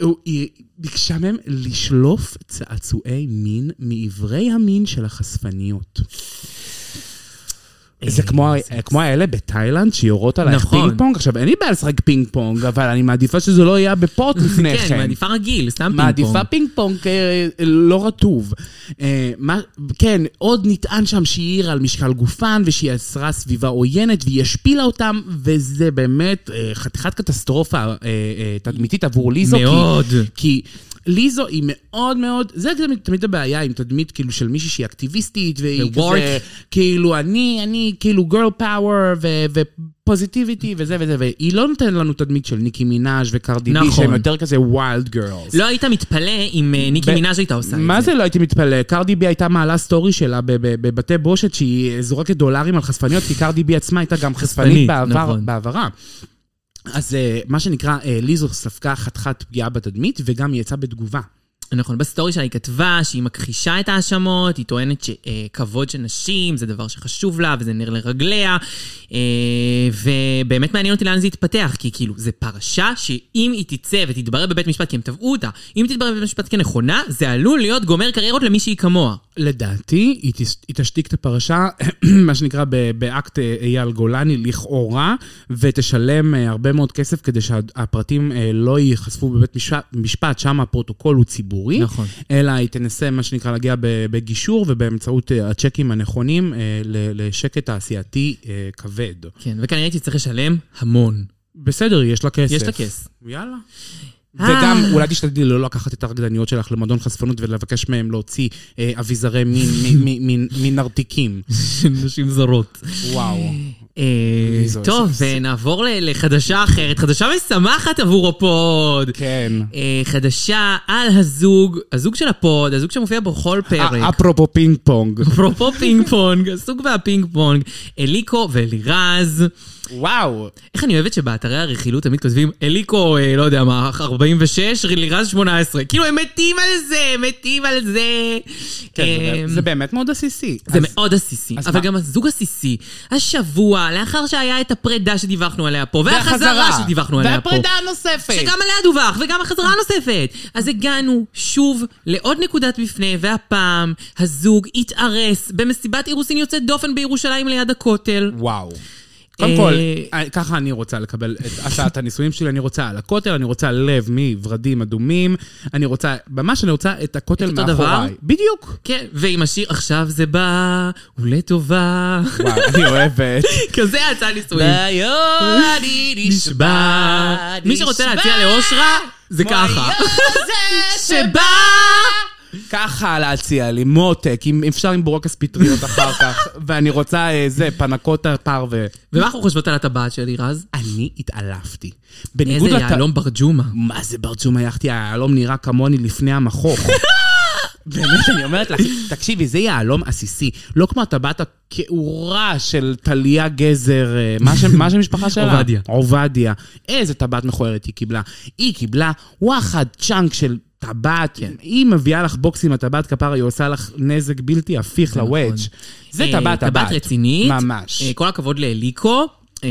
הוא- היא ביקשה מהם לשלוף צעצועי מין מאיברי המין של החשפניות. זה כמו, כמו האלה בתאילנד שיורות עלייך נכון. פינג פונג. עכשיו, אין לי בעיה לשחק פינג פונג, אבל אני מעדיפה שזה לא יהיה בפוט לפני כן. כן, מעדיפה רגיל, סתם פינג פונג. מעדיפה פינג פונג אה, לא רטוב. אה, מה- כן, עוד נטען שם שהיא העירה על משקל גופן, ושהיא אסרה סביבה עוינת, והיא השפילה אותם, וזה באמת אה, חתיכת קטסטרופה אה, אה, תדמיתית עבור ליזו. כי- מאוד. כי... ליזו היא מאוד מאוד, זה גם תמיד הבעיה עם תדמית כאילו של מישהי שהיא אקטיביסטית, והיא ו-work. כזה, כאילו אני, אני כאילו גרל פאוור ופוזיטיביטי וזה וזה, והיא לא נותנת לנו תדמית של ניקי מנאז' וקרדי בי, נכון. שהם יותר כזה wild girls. לא היית מתפלא אם אה, ניקי ב- מנאז' הייתה עושה את זה. מה זה לא הייתי מתפלא? קרדי בי הייתה מעלה סטורי שלה בב- בבתי בושת שהיא זורקת דולרים על חשפניות, כי קרדי בי עצמה הייתה גם חשפנית, חשפנית בעבר- נכון. בעברה. אז אה, מה שנקרא, אה, ליזו ספגה חתיכת פגיעה בתדמית, וגם היא יצאה בתגובה. נכון, בסטורי שלה היא כתבה שהיא מכחישה את ההאשמות, היא טוענת שכבוד של נשים זה דבר שחשוב לה וזה נר לרגליה, אה, ובאמת מעניין אותי לאן זה יתפתח, כי כאילו, זו פרשה שאם היא תצא ותתברר בבית משפט, כי הם תבעו אותה, אם תתברר בבית משפט כנכונה, זה עלול להיות גומר קריירות למישהי כמוה. לדעתי, היא תס- היא תשתיק את הפרשה, מה שנקרא, ב- באקט אה, אייל גולני, לכאורה, ותשלם אה, הרבה מאוד כסף כדי שהפרטים לא ייחשפו בבית משפ- משפט, שם הפרוטוקול הוא ציבורי. נכון. אלא היא תנסה, מה שנקרא, להגיע ב- בגישור ובאמצעות אה, הצ'קים הנכונים אה, ל- לשקט תעשייתי אה, כבד. כן, וכנראה הייתי צריך לשלם המון. בסדר, יש לה כסף. יש לה כס. יאללה. אה. וגם, אולי תשתדלי לא לקחת את הרקדניות שלך למועדון חשפנות ולבקש מהם להוציא אה, אביזרי מין מ- מ- מ- מנרתיקים. של נשים זרות. וואו. אה, ליזו, טוב, איזה- ונעבור ל- לחדשה אחרת, חדשה משמחת עבור הפוד. כן. אה, חדשה על הזוג, הזוג של הפוד, הזוג שמופיע בכל אה, פרק. אפרופו פינג פונג. אפרופו פינג פונג, הזוג והפינג פונג, אליקו ואלירז. וואו. איך אני אוהבת שבאתרי הרכילות תמיד כותבים אליקו, אה, לא יודע מה, 46, אלירז 18. כאילו, הם מתים על זה, הם מתים על זה. כן, זה אה, באמת- זה באמת מאוד עסיסי. זה אז- מאוד עסיסי, אז אבל מה? גם הזוג עסיסי, השבוע, לאחר שהיה את הפרידה שדיווחנו עליה פה, והחזרה שדיווחנו עליה פה, והפרידה הנוספת. שגם עליה דווח, וגם החזרה הנוספת. אז הגענו שוב לעוד נקודת מפנה, והפעם הזוג התארס במסיבת אירוסין יוצאת דופן בירושלים ליד הכותל. וואו. קודם כל, אה, אה, ככה אני רוצה לקבל את הצעת הנישואים שלי, אני רוצה על הכותל, אני רוצה לב מורדים אדומים, אני רוצה, ממש אני רוצה את הכותל את אותו מאחוריי. דבר? בדיוק. כן, ועם השיר עכשיו זה בא, ולטובה. וואו, אני אוהבת. כזה יצא נישואים. ביום אני נשבע, מי שרוצה נשבע. להציע לאושרה, זה ככה. שבא! ככה להציע לי, מותק, אם אפשר עם בורקס פטריות אחר כך, ואני רוצה אה, זה, פנקוטה פרווה. ומה אנחנו חושבות על הטבעת שלי, רז? אני התעלפתי. איזה בניגוד לת- יהלום ברג'ומה. מה זה ברצום היאכטי? היהלום נראה כמוני לפני המכוך. באמת, אני אומרת לך, תקשיבי, זה יהלום עסיסי. לא כמו הטבעת הכעורה של טליה גזר, אה, מה שם- מה שם המשפחה שלה? עובדיה. עובדיה. איזה טבעת מכוערת היא קיבלה. היא קיבלה וואחד צ'אנק של טבעת. כן. היא מביאה לך בוקס עם הטבעת כפרה, היא עושה לך נזק בלתי הפיך לוודג'. זה נכון. אה, טבעת טבעת. טבעת רצינית. ממש. אה, כל הכבוד לאליקו. אה,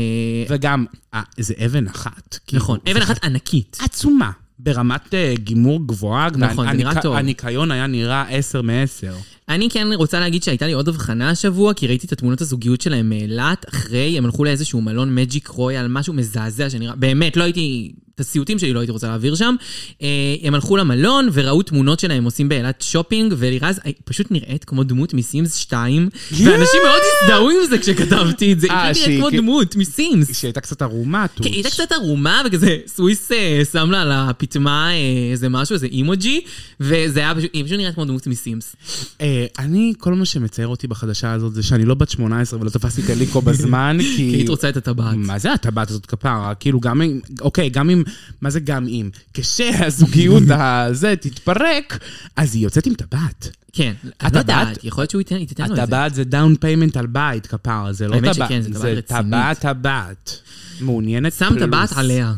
וגם, אה, זה אבן אחת. כאילו, נכון, אבן אחת ענקית. עצומה. ברמת אה, גימור גבוהה, נכון, זה והניק- נראה טוב. הניקיון היה נראה 10 מ-10. אני כן רוצה להגיד שהייתה לי עוד הבחנה השבוע, כי ראיתי את התמונות הזוגיות שלהם מאילת, אחרי, הם הלכו לאיזשהו מלון מג'יק רויאל, משהו מזעזע שנראה, באמת, לא הייתי, את הסיוטים שלי לא הייתי רוצה להעביר שם. אה, הם הלכו למלון וראו תמונות שלהם עושים באילת שופינג, ולירז אה, פשוט נראית כמו דמות מסימס 2, ואנשים מאוד הזדהו עם זה כשכתבתי את זה, אה, היא פשוט שהיא נראית כמו כ- דמות מסימס. שהיא הייתה קצת ערומה, טוש. כן, היא הייתה קצת ערומה, וכזה סוויס אה, שם לה על הפטמה אה, איזה משהו, איזה אימוג'י, וזה היה פשוט, היא פשוט נראית כמו דמות מסימס. אה, אני, כל מה שמצייר אותי בחדשה הזאת זה שאני לא בת 18 ולא תפסתי את אליקו בזמן, כי... כי היית רוצה את הטבעת. מה זה הטבעת הזאת כפרה? כאילו, גם אם... אוקיי, גם אם... מה זה גם אם? כשהזוגיות הזה תתפרק, אז היא יוצאת עם טבעת. כן, אני הטבעת- לא יודעת, יכול להיות שהוא ייתן היא תיתן לו את זה. הטבעת זה דאון פיימנט על בית כפרה, זה לא האמת טבעת. שכן, זה טבעת רצינית. טבעת טבעת. מעוניינת שם טבעת פלוס. עליה.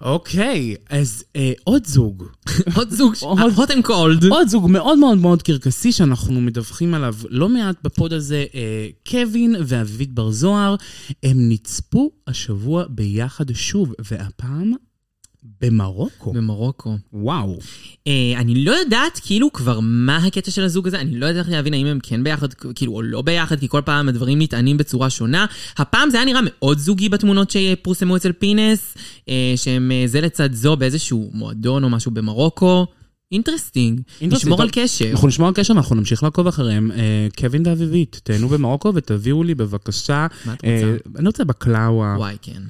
אוקיי, אז אה, עוד זוג. עוד זוג, ש- עוד- hot and cold. עוד זוג מאוד מאוד מאוד קרקסי שאנחנו מדווחים עליו לא מעט בפוד הזה, אה, קווין ואביבית בר זוהר, הם נצפו השבוע ביחד שוב, והפעם במרוקו. במרוקו. וואו. אה, אני לא יודעת כאילו כבר מה הקטע של הזוג הזה, אני לא יודעת להבין האם הם כן ביחד כאילו או לא ביחד, כי כל פעם הדברים נטענים בצורה שונה. הפעם זה היה נראה מאוד זוגי בתמונות שפורסמו אצל פינס, אה, שהם אה, זה לצד זו באיזשהו מועדון או משהו במרוקו. אינטרסטינג, לשמור על טוב, קשר. אנחנו נשמור על קשר ואנחנו נמשיך לעקוב אחריהם. אה, קווין ואביבית, תהנו במרוקו ותביאו לי בבקשה. מה את אה, אני רוצה בקלאווה. וואי, כן.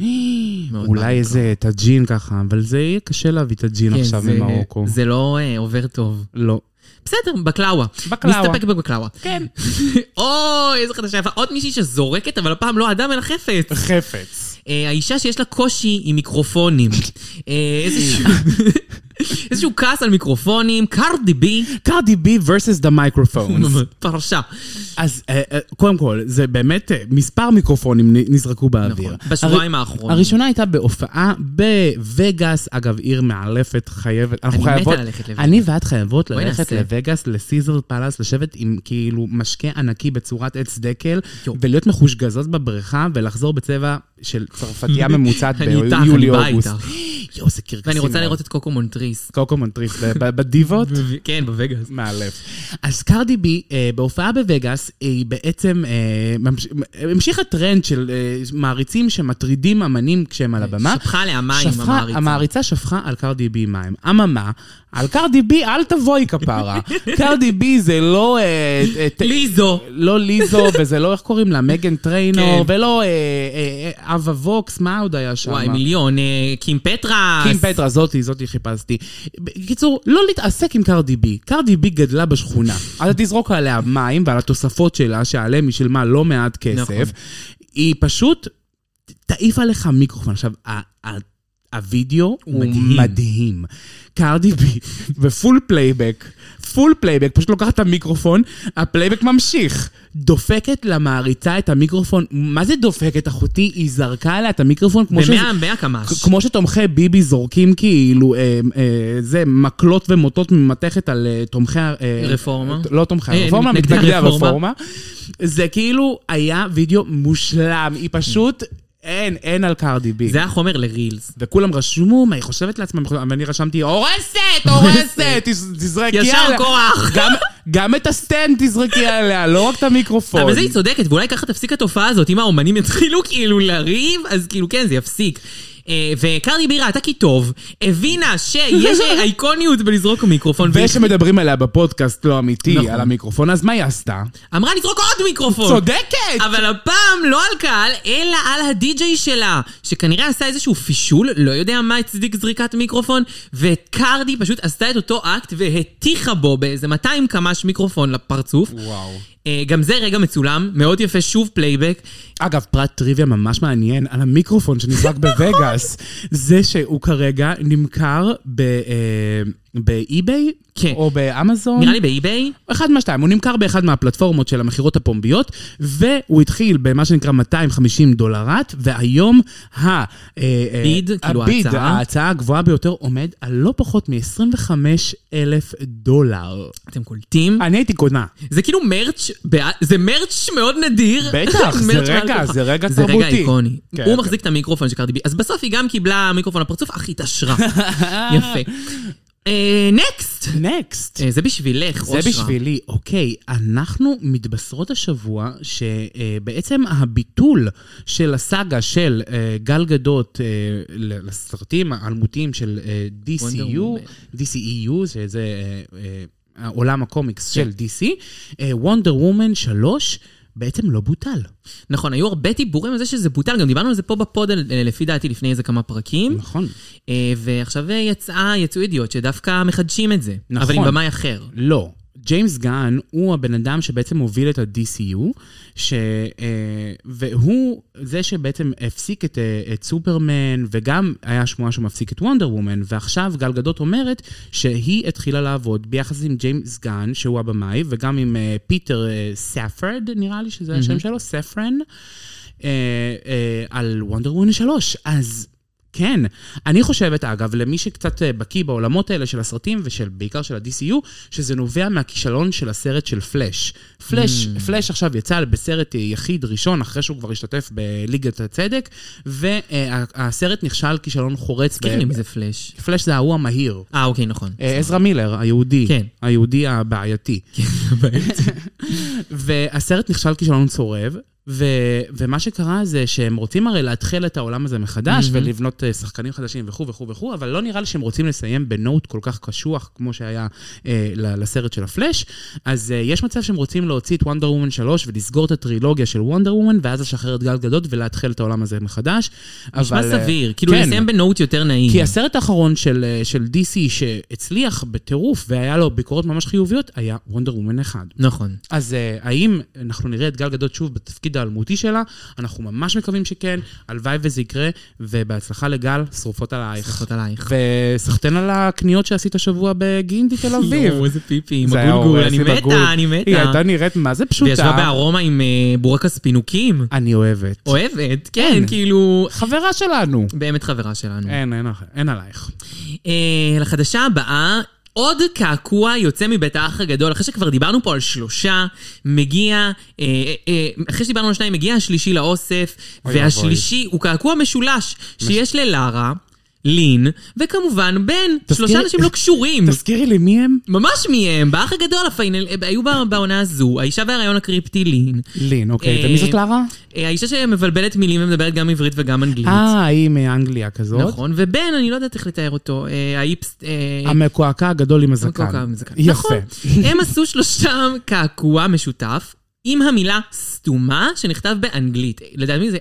מאוד בא אולי לי איזה טאג'ין ככה, אבל זה יהיה קשה להביא טאג'ין כן, עכשיו זה- ממרוקו. זה לא אה, עובר טוב. לא. בסדר, בקלאווה. בקלאווה. נסתפק בבקלאווה. כן. אוי, איזה חדשה יפה. עוד מישהי שזורקת, אבל הפעם לא אדם אלא חפץ. חפץ. אה, האישה שיש לה קושי עם מיקרופונים. אה, איזשהו- איזשהו כעס על מיקרופונים, קרדי בי קרדי בי versus the microphones. פרשה. אז אה, אה, קודם כל, זה באמת אה, מספר מיקרופונים נ- נזרקו באוויר. נכון, בשבועיים הרי- האחרונים. הראשונה הייתה בהופעה בווגאס, אגב, עיר מאלפת, חייבת. אנחנו אני מתה חייבות- ללכת לווגאס. אני ואת חייבות בואי ללכת נעשה. לווגאס, לסיזר פלאס, לשבת עם כאילו משקה ענקי בצורת עץ דקל, יו. ולהיות מחושגזות בבריכה, ולחזור בצבע של צרפתייה ממוצעת אני איתך, אני באה ביולי-אוגוסט. איתך. יואו, זה קרקסים. ואני רוצה מאוד. לראות את קוקו מונטריס. קוקו מונטריס ב- ב- בדיבות. כן, בווגאס. מאלף. אז קרדי בי, אה, בהופעה בווגאס, היא בעצם אה, ממש- המשיכה טרנד של אה, מעריצים שמטרידים אמנים כשהם על הבמה. כן, שפכה עליה מים, שפכה- המעריצה. המעריצה שפכה על קרדי בי מים. אממה, על קרדי בי אל תבואי כפרה. קרדי בי זה לא... אה, אה, ת- ליזו. לא ליזו, וזה לא, איך קוראים לה? מגן טריינור, כן. ולא אה, אה, אה, אבה ווקס, מה עוד היה שם? וואי, מיליון. אה, קים פטרס. קים פטרה, זאתי, זאתי חיפשתי. בקיצור, לא להתעסק עם קרדי בי. קרדי בי גדלה בשכונה. אז תזרוק עליה מים ועל התוספות שלה, שעליהם היא שילמה לא מעט נכון. כסף. היא פשוט תעיף עליך מיקרופון. עכשיו, ה- ה- הווידאו הוא מדהים. מדהים. קרדי בי בפול פלייבק, פול פלייבק, פשוט לוקחת את המיקרופון, הפלייבק ממשיך. דופקת למעריצה את המיקרופון, מה זה דופקת אחותי? היא זרקה עליה את המיקרופון כמו שזה- במאה מאה קמ"ש. כמו שתומכי ביבי זורקים כאילו, אה, אה, זה, מקלות ומוטות ממתכת על אה, תומכי... ה- אה, רפורמה. לא תומכי אה, הרפורמה, מתנגדי מתנגדי הרפורמה. הרפורמה. זה כאילו היה וידאו מושלם, היא פשוט, אין, אין על קרדי בי. זה החומר לרילס. וכולם רשמו, מה היא חושבת לעצמה, ואני רשמתי, הורסת, הורסת, תז- תזרקי ישר עליה." כוח. גם- גם את הסטנד תזרקי עליה, לא רק את המיקרופון. אבל זה היא צודקת, ואולי ככה תפסיק התופעה הזאת. אם האומנים יתחילו כאילו לריב, אז כאילו כן, זה יפסיק. אה, וקרלי בי ראתה כי טוב, הבינה שיש אייקוניות בלזרוק מיקרופון, והיא ושמדברים עליה בפודקאסט לא אמיתי, נכון. על המיקרופון, אז מה היא עשתה? אמרה לזרוק עוד מיקרופון. צודקת! אבל הפעם לא על קהל, אלא על הדי-ג'יי שלה, שכנראה עשה איזשהו פישול, לא יודע מה הצדיק זריקת מיקרופון, וקרדי פשוט עשתה את אותו אקט והטיחה בו באיזה 200 קמ"ש מיקרופון לפרצוף. וואו. אה, גם זה רגע מצולם, מאוד יפה, שוב פלייבק. אגב, פרט טריוויה ממש מעניין על המיקרופון שנזרק בווגאס. זה שהוא כרגע נמכר ב- אה, באי-ביי? כן. או באמזון? נראה לי באי-ביי. אחד מהשתיים, הוא נמכר באחד מהפלטפורמות של המכירות הפומביות, והוא התחיל במה שנקרא 250 דולרת, והיום ה... אה, אה, ביד, כאילו הביד, ההצעה. ההצעה הגבוהה ביותר עומד על לא פחות מ-25 אלף דולר. אתם קולטים? אני הייתי קונה. זה כאילו מרץ', בע- זה מרץ' מאוד נדיר. בטח, זה מרץ' רגע, בעל כוחה. זה רגע זה תרבותי. רגע איקוני. כן, הוא כן. מחזיק את המיקרופון של קרדי בי. אז בסוף היא גם קיבלה מיקרופון לפרצוף, אך התעשרה. יפה. נקסט! נקסט. זה בשבילך, זה אושרה. בשבילי, אוקיי, אנחנו מתבשרות השבוע שבעצם הביטול של הסאגה של אה, גל גדות אה, ל- לסרטים האלמותיים של אה, DCU, Woman. DCEU, E שזה אה, אה, עולם כן. הקומיקס של אה, DC, וונדר וומן 3 בעצם לא בוטל. נכון, היו הרבה דיבורים על זה שזה בוטל, גם דיברנו על זה פה בפוד, על- אה, לפי דעתי, לפני איזה כמה פרקים. נכון. אה, ועכשיו אה, יצאה, יצאו ידיעות שדווקא מחדשים את זה. נכון. אבל עם במאי אחר. לא. ג'יימס גן הוא הבן אדם שבעצם הוביל את ה-DCU, ש... אה, והוא זה שבעצם הפסיק את, אה, את סופרמן, וגם היה שמועה שהוא מפסיק את וונדר וומן, ועכשיו גל גדות אומרת שהיא התחילה לעבוד ביחס עם ג'יימס גן, שהוא הבמאי, וגם עם אה, פיטר אה, ספרד, נראה לי שזה השם שלו, ספרן, אה, אה, על וונדר וומן 3. אז... כן. אני חושבת, אגב, למי שקצת אה, בקיא בעולמות האלה של הסרטים, ובעיקר של ה-DCU, שזה נובע מהכישלון של הסרט של פלאש. פלאש, mm. פלאש עכשיו יצא בסרט אה, יחיד ראשון, אחרי שהוא כבר השתתף בליגת הצדק, והסרט נכשל כישלון חורץ. כן, ב- אם זה פלאש. פלאש זה ההוא המהיר. אה, אוקיי, נכון. אה, עזרא מילר, היהודי. כן. היהודי הבעייתי. והסרט נכשל כישלון צורב, ו, ומה שקרה זה שהם רוצים הרי להתחיל את העולם הזה מחדש, mm-hmm. ולבנות אה, שחקנים חדשים וכו' וכו' וכו', אבל לא נראה לי שהם רוצים לסיים בנוט כל כך קשוח כמו שהיה אה, ל- לסרט של הפלאש. אז אה, יש מצב שהם רוצים להוציא את וונדר וומן 3 ולסגור את הטרילוגיה של וונדר וומן, ואז לשחרר את גל גדות ולהתחיל את העולם הזה מחדש. נשמע אבל, אה, סביר. כאילו, כן. לסיים בנוט יותר נעים. כי הסרט האחרון של, אה, של DC שהצליח בטירוף והיה לו ביקורות ממש חיוביות, היה וונדר וומן 1. נכון. אז uh, האם אנחנו נראה את גל גדות שוב בתפקיד האלמותי שלה? אנחנו ממש מקווים שכן, הלוואי וזה יקרה, ובהצלחה לגל, שרופות עלייך. פחות עלייך. וסחטיין על הקניות שעשית השבוע בגינדי תל אביב. יואו, איזה פיפי, עם זה היה הגולגול, הורס אני לי בגול. מתה, אני היא הייתה מתה. נראית מה זה פשוטה. וישבה בארומה עם אה, בורקס פינוקים. אני אוהבת. אוהבת, כן, כאילו... חברה שלנו. באמת חברה שלנו. אין, אין, אין עלייך. אה, לחדשה הבאה, עוד קעקוע יוצא מבית האח הגדול, אחרי שכבר דיברנו פה על שלושה, מגיע, אה, אה, אחרי שדיברנו על שניים, מגיע השלישי לאוסף, והשלישי הוא קעקוע משולש, שיש ללארה, לין, וכמובן בן. תזכירי- שלושה אנשים לא קשורים. תזכירי לי מי הם? ממש מי הם, באח הגדול הפיינל, אה, היו בה- בעונה הזו, האישה והרעיון הקריפטי לין. לין, אוקיי. אה, ומי זאת לארה? אה, האישה שמבלבלת מילים ומדברת גם עברית וגם אנגלית. אה, היא מאנגליה כזאת. נכון, ובן, אני לא יודעת איך לתאר אותו, אה, האיפס... אה, המקועקע הגדול עם הזקן. המקועקע עם הזקן. יפה. נכון. הם עשו שלושתם קעקוע משותף. עם המילה סתומה שנכתב באנגלית, לדעתי זה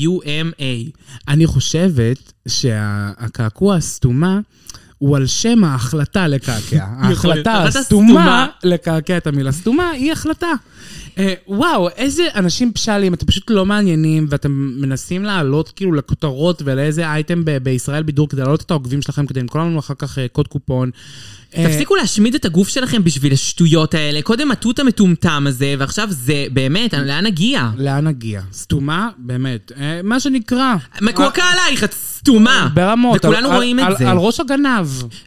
S-T-U-M-A. אני חושבת שהקעקוע הסתומה הוא על שם ההחלטה לקעקע. יכול להיות. ההחלטה החלטה הסתומה סתומה. לקעקע את המילה סתומה היא החלטה. אה, וואו, איזה אנשים פשאלים, אתם פשוט לא מעניינים, ואתם מנסים לעלות כאילו לכותרות ולאיזה אייטם ב- בישראל בידור כדי להעלות את העוקבים שלכם, כדי למכור לנו אחר כך אה, קוד קופון. אה, תפסיקו להשמיד את הגוף שלכם בשביל השטויות האלה. קודם התות המטומטם הזה, ועכשיו זה, באמת, אני- לאן נגיע? לאן נגיע? סתומה? באמת. אה, מה שנקרא. מקועקע עלייך, את סתומה. ברמות. וכולנו על- רואים על- את זה. על ראש הגנב.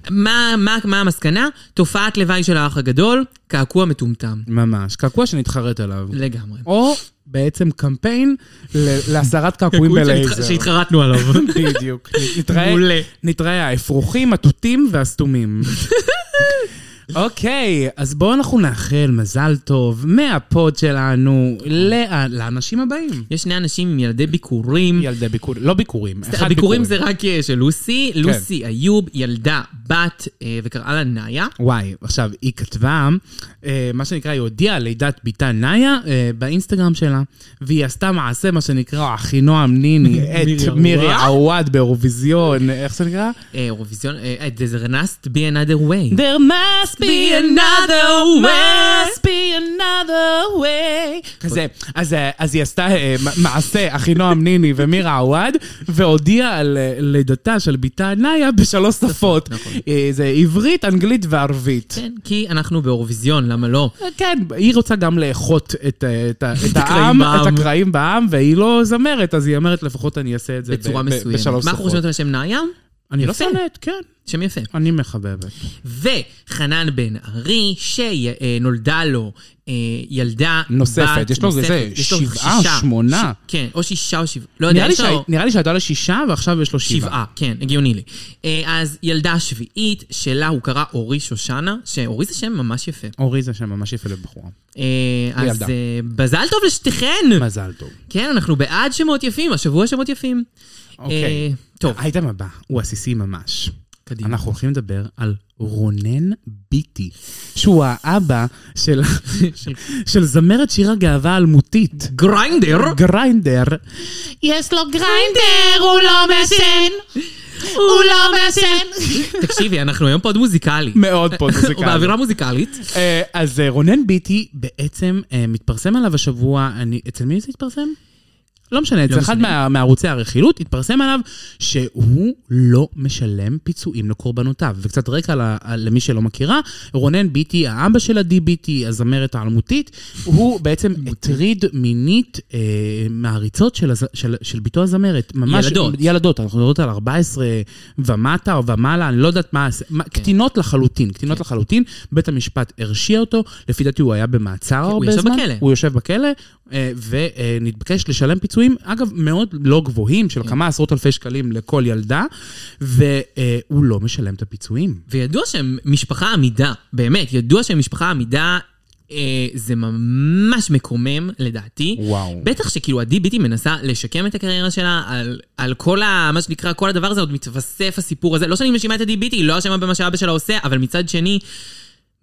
מה- מה מה המסקנה? תופעת לוואי של האח הגדול, קעקוע מטומטם. ממש, קעקוע שנתחרט עליו. לגמרי. או בעצם קמפיין ל- להסרת קעקועים קעקוע בלייזר. שנתח- שהתחרטנו עליו. בדיוק. נתראה- מעולה. נתראה האפרוחים, התותים והסתומים. אוקיי, אז בואו אנחנו נאחל מזל טוב מהפוד שלנו ל- לאנשים הבאים. יש שני אנשים עם ילדי ביקורים. ילדי ביקור, לא ביקורים, כן. אחד הביקורים זה רק אה, של לוסי. לוסי איוב ילדה בת, אה, וקראה לה נאיה. וואי, עכשיו, היא כתבה, אה, מה שנקרא, היא הודיעה על לידת בתה נאיה אה, באינסטגרם שלה, והיא עשתה מעשה, מה שנקרא, אחינועם ניני, את מירי מירי עווד? עווד באירוויזיון, איך זה נקרא? אה, אירוויזיון, אה, there must be another way. There must be another way, must be another way. כזה, אז, אה, אז היא עשתה אה, מ- מעשה, אחינועם ניני ומירה עווד, והודיעה על אה, לידתה של בתה נאיה בשלוש שפות. נכון. אה, זה עברית, אנגלית וערבית. כן, כי אנחנו באירוויזיון, למה לא? כן, היא רוצה גם לאחות את, אה, את, ה- את הקרעים העם, את בעם. הקרעים בעם, והיא לא זמרת, אז היא אומרת, לפחות אני אעשה את זה בצורה ב- ב- מסוימת. בשלוש מה אנחנו חושבים שפות. על השם נאיה? אני לא יפה. שונאת, כן. שם יפה. אני מחבבת. וחנן בן ארי, שנולדה לו אה, ילדה נוספת, בת יש לו איזה נוספת. יש לו שבעה, שישה. שמונה. ש- כן, או שישה או שבעה. לא יודע, נראה לי יש לו... שהי- נראה לי שהייתה לה שישה ועכשיו יש לו שבעה. שבעה, כן, הגיוני לי. אה, אז ילדה שביעית, שלה הוא קרא אורי שושנה, שאורי זה שם ממש יפה. אורי זה שם ממש יפה לבחורה. אה, אז לילדה. אה, מזל טוב לשתיכן! מזל טוב. כן, אנחנו בעד שמות יפים, השבוע שמות יפים. אוקיי. אה, טוב, האייטם הבא הוא עסיסי ממש. קדימה. אנחנו הולכים לדבר על רונן ביטי, שהוא האבא של, של זמרת שירה גאווה אלמותית. גריינדר! גריינדר. יש לו גריינדר, הוא לא מסן. הוא לא מסן. תקשיבי, אנחנו היום פוד מוזיקלי. מאוד פה או באווירה מוזיקלית. אה, אז אה, רונן ביטי בעצם אה, מתפרסם עליו השבוע, אני, אצל מי זה התפרסם? לא משנה, אצל אחד משנה. מה, מערוצי הרכילות, התפרסם עליו שהוא לא משלם פיצויים לקורבנותיו. וקצת רקע ל- למי שלא מכירה, רונן ביטי, האבא של עדי ביטי, הזמרת האלמותית, הוא בעצם הטריד מינית אה, מעריצות של, הז- של, של ביתו הזמרת. ממש, ילדות. ילדות, אנחנו מדברות על 14 ומטה או ומעלה, אני לא יודעת מה... מה קטינות לחלוטין, קטינות לחלוטין. בית המשפט הרשיע אותו, לפי דעתי הוא היה במעצר הרבה ישב זמן. בכלא. הוא יושב בכלא, אה, ונתבקש לשלם פיצויים, אגב, מאוד לא גבוהים, של כמה עשרות אלפי שקלים לכל ילדה, והוא לא משלם את הפיצויים. וידוע שהם משפחה עמידה, באמת, ידוע שהם משפחה עמידה, אה, זה ממש מקומם לדעתי. וואו. בטח שכאילו עדי ביטי מנסה לשקם את הקריירה שלה, על, על כל ה... מה שנקרא, כל הדבר הזה עוד מתווסף הסיפור הזה. לא שאני מאשימה את עדי ביטי, היא לא אשמה במה שאבא שלה עושה, אבל מצד שני,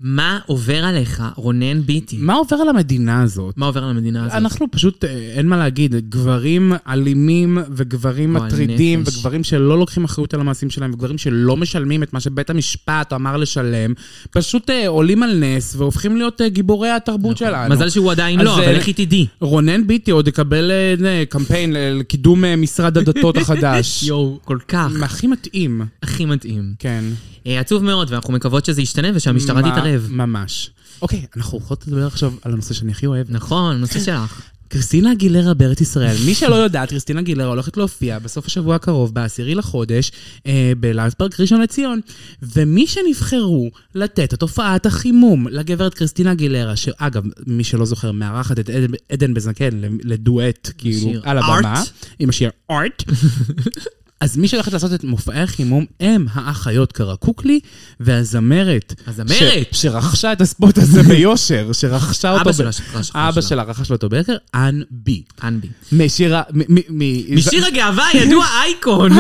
מה עובר עליך, רונן ביטי? מה עובר על המדינה הזאת? מה עובר על המדינה הזאת? אנחנו פשוט, אה, אין מה להגיד, גברים אלימים וגברים גועל מטרידים נפש. וגברים שלא לוקחים אחריות על המעשים שלהם וגברים שלא משלמים את מה שבית המשפט אמר לשלם, פשוט אה, עולים על נס והופכים להיות אה, גיבורי התרבות שלנו. נכון. מזל שהוא עדיין אז, לא, אבל אה, לכי תדעי. רונן ביטי עוד יקבל אה, אה, קמפיין ל- לקידום אה, משרד הדתות החדש. יואו, כל כך, הכי מתאים, הכי מתאים. כן. אה, עצוב מאוד, ואנחנו מקוות שזה ישתנה ושהמשטרה מה- תתערב. ממש. אוקיי, אנחנו הולכות לדבר עכשיו על הנושא שאני הכי אוהב. נכון, נושא שלך. קריסטינה אגילרה בארץ ישראל. מי שלא יודעת, קריסטינה אגילרה הולכת להופיע בסוף השבוע הקרוב, בעשירי לחודש, אה, בלאנס פארק ראשון לציון. ומי שנבחרו לתת את הופעת החימום לגברת קריסטינה אגילרה, שאגב, מי שלא זוכר, מארחת את עדן, עדן בזקן לדואט, כאילו, שיר על הבמה, art. עם השיר ארט. אז מי שהולכת לעשות את מופעי החימום הם האחיות קרקוקלי והזמרת. הזמרת. ש- שרכשה את הספוט הזה ביושר, שרכשה אותו... אבא ב- שלה שרכש- אבא שלה. שלה רכש לו אותו ביוקר, אן בי. אנבי. משירה... מ- מ- מ- משיר הגאווה ידוע אייקון.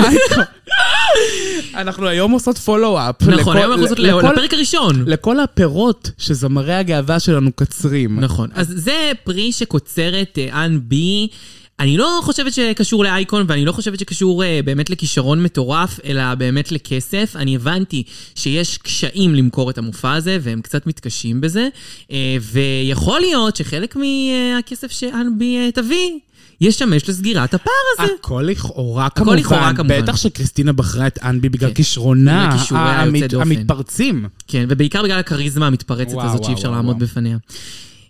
אנחנו היום עושות פולו-אפ. נכון, היום אנחנו עושות לכל- לפרק הראשון. לכל הפירות שזמרי הגאווה שלנו קצרים. נכון. אז זה פרי שקוצרת אה, אן בי. אני לא חושבת שקשור לאייקון, ואני לא חושבת שקשור אה, באמת לכישרון מטורף, אלא באמת לכסף. אני הבנתי שיש קשיים למכור את המופע הזה, והם קצת מתקשים בזה, אה, ויכול להיות שחלק מהכסף שאן בי אה, תביא, ישמש לסגירת הפער הזה. הכל לכאורה כמובן. לכאורה, כמובן. בטח שקריסטינה בחרה את אנבי בגלל כן. כישרונה בגלל כישוריה היוצא האמית- דופן. המתפרצים. כן, ובעיקר בגלל הכריזמה המתפרצת וואו, הזאת שאי וואו, אפשר וואו, לעמוד וואו. בפניה.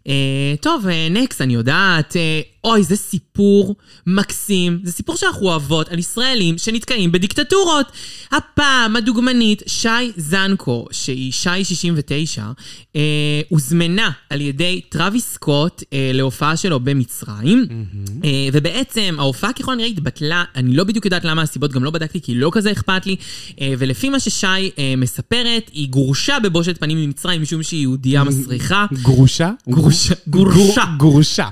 אה, טוב, אה, נקס, אני יודעת. אה, אוי, זה סיפור מקסים. זה סיפור שאנחנו אוהבות על ישראלים שנתקעים בדיקטטורות. הפעם הדוגמנית שי זנקו, שהיא שי 69, אה, הוזמנה על ידי טרוויס סקוט אה, להופעה שלו במצרים, mm-hmm. אה, ובעצם ההופעה ככל הנראה התבטלה, אני לא בדיוק יודעת למה הסיבות, גם לא בדקתי כי לא כזה אכפת לי, אה, ולפי מה ששי אה, מספרת, היא גורשה בבושת פנים ממצרים משום שהיא יהודייה מסריחה. גרושה? גרושה. גורשה. גור- גרושה.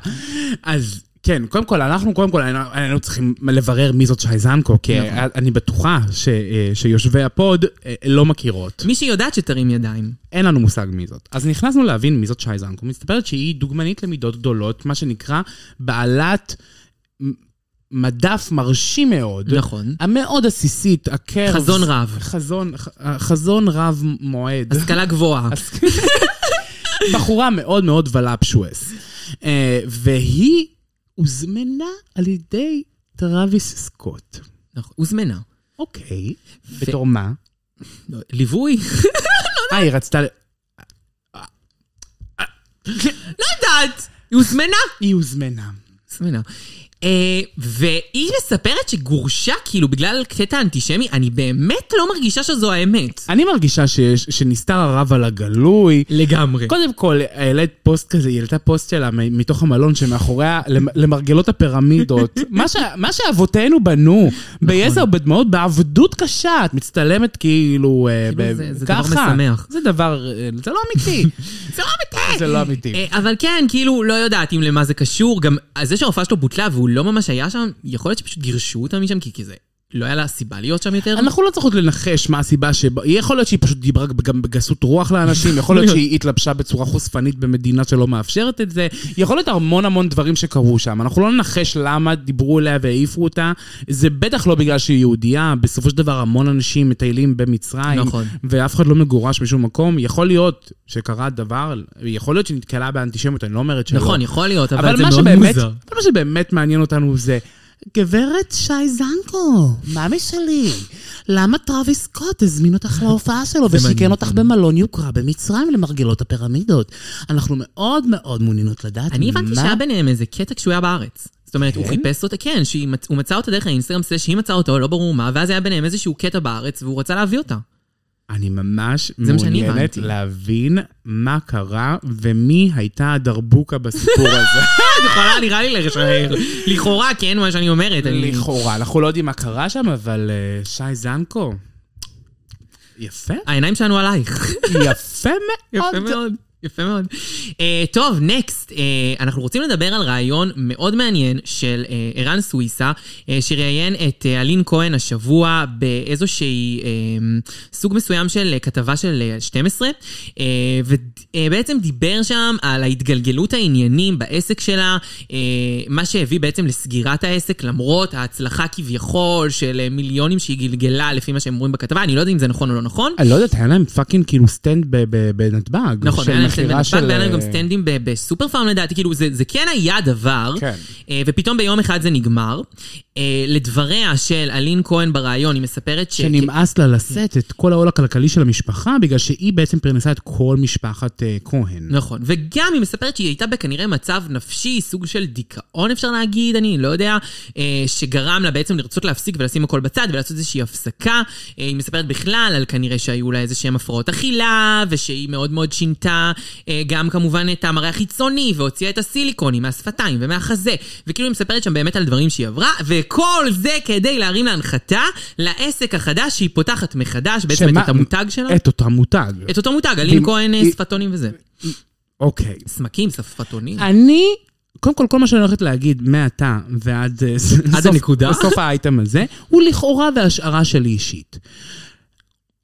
אז כן, קודם כל, אנחנו קודם כל היינו- היינו צריכים לברר מי זאת שי זנקו, כי נכון. אני בטוחה ש- אה, שיושבי הפוד אה, לא מכירות. מי שיודעת שתרים ידיים. אין לנו מושג מי זאת. אז נכנסנו להבין מי זאת שי זנקו. מסתברת שהיא דוגמנית למידות גדולות, מה שנקרא בעלת מ- מדף מרשים מאוד. נכון. המאוד עסיסית, הקרב. חזון רב. חזון, ח- חזון רב מועד. השכלה גבוהה. בחורה מאוד מאוד ולאפשואס. אה, והיא הוזמנה על ידי טרוויס סקוט. נכון, הוזמנה. אוקיי. בתור מה? לא, ליווי? אה, היא רצתה... ל- לא יודעת! היא הוזמנה! היא הוזמנה. הוזמנה. אה, והיא מספרת שגורשה כאילו בגלל הקטע האנטישמי, אני באמת לא מרגישה שזו האמת. אני מרגישה שיש, שנסתר הרב על הגלוי. לגמרי. קודם כל, העלית פוסט כזה, היא העלתה פוסט שלה מ- מתוך המלון שמאחוריה, למ- למרגלות הפירמידות. מה, ש, מה שאבותינו בנו, נכון. ביזע ובדמעות, בעבדות קשה, את מצטלמת כאילו, אה, כאילו ב- זה- זה דבר ככה. משמח. זה דבר, אה, זה לא אמיתי. זה לא אמיתי! זה לא אמיתי. אה, אבל כן, כאילו, לא יודעת אם למה זה קשור. גם אה, זה שההופעה שלו בוטלה והוא לא ממש היה שם, יכול להיות שפשוט גירשו אותה משם, כי כי זה... לא היה לה סיבה להיות שם יותר. אנחנו לא צריכות לנחש מה הסיבה ש... יכול להיות שהיא פשוט דיברה גם בגסות רוח לאנשים, יכול להיות שהיא התלבשה בצורה חושפנית במדינה שלא מאפשרת את זה, יכול להיות המון המון דברים שקרו שם. אנחנו לא ננחש למה דיברו אליה והעיפו אותה. זה בטח לא בגלל שהיא יהודייה, בסופו של דבר המון אנשים מטיילים במצרים, נכון. ואף אחד לא מגורש משום מקום. יכול להיות שקרה דבר, יכול להיות שנתקלה באנטישמיות, אני לא אומרת שלא. נכון, יכול להיות, אבל, אבל זה מה מאוד שבאמת, מוזר. אבל מה שבאמת מעניין אותנו זה... גברת שי זנקו, מאמי שלי, למה טרוויס סקוט הזמין אותך להופעה שלו מעניין ושכן אותך במלון יוקרה במצרים למרגלות הפירמידות? אנחנו מאוד מאוד מעוניינות לדעת אני הבנתי מה שהיה ביניהם איזה קטע כשהוא היה בארץ. זאת אומרת, הוא חיפש אותה, כן, שהיא מצ- הוא מצא אותה דרך האינסטגרם סלש, שהיא מצאה אותו, לא ברור מה, ואז היה ביניהם איזשהו קטע בארץ, והוא רצה להביא אותה. אני ממש זה מה שאני מעוניינת הבנתי. להבין מה קרה ומי הייתה הדרבוקה בסיפור הזה. את יכולה, נראה לי, לשער. לכאורה, כן, מה שאני אומרת. אני- לכאורה, אנחנו לא יודעים מה קרה שם, אבל אה, שי זנקו, יפה. העיניים שלנו עלייך. יפה מאוד. יפה מאוד. יפה מאוד. אה, טוב, נקסט. אה, אנחנו רוצים לדבר על רעיון מאוד מעניין של אה, ערן סוויסה, אה, שראיין את אה, אלין כהן השבוע באיזושהי אה, סוג מסוים של אה, כתבה של אה, 12, אה, ובעצם דיבר שם על ההתגלגלות העניינים בעסק שלה, אה, מה שהביא בעצם לסגירת העסק, למרות ההצלחה כביכול של אה, מיליונים שהיא גלגלה, לפי מה שהם אומרים בכתבה, אני לא יודע אם זה נכון או לא נכון. אני לא יודעת, היה להם פאקינג כאילו סטנד ב- ב- בנתב"ג. נכון, של היה להם סטנד מכירה בנתב"ג של, והיה להם גם אה, סטנדים ב- בסופר פארם לדעתי, כאילו זה, זה כן היה דבר, כן. אה, ופתאום ביום אחד זה נגמר. אה, לדבריה של אלין כהן בריאיון, היא מספרת ש... שנמאס לה לשאת את כל העול הכלכלי של המשפחה, בגלל שהיא בעצם פרנסה את כל משפחת אה, כהן. נכון, וגם היא מספרת שהיא הייתה בכנראה מצב נפשי, סוג של דיכאון אפשר להגיד, אני לא יודע, אה, שגרם לה בעצם לרצות להפסיק ולשים הכל בצד ולעשות איזושהי הפסקה. אה, היא מספרת בכלל על כנראה שהיו לה איזה שהם הפרעות אכילה, ושהיא מאוד מאוד שינתה אה, גם כמובן את המראה החיצוני, והוציאה את הסיליקונים מהשפתיים ומהחזה, וכאילו היא מספרת שם באמת על דברים שהיא עברה, וכל זה כדי להרים להנחתה לעסק החדש שהיא פותחת מחדש, בעצם שמה- את המותג שלה. את אותה מותג. לא. את אותו מותג, אלין ואם- כהן אה, היא- שפתונים וזה. אוקיי. סמקים, שפתונים. אני, קודם כל, כל מה שאני הולכת להגיד מעתה ועד אה, ס- סוף- הנקודה? סוף האייטם הזה, הוא לכאורה והשערה שלי אישית.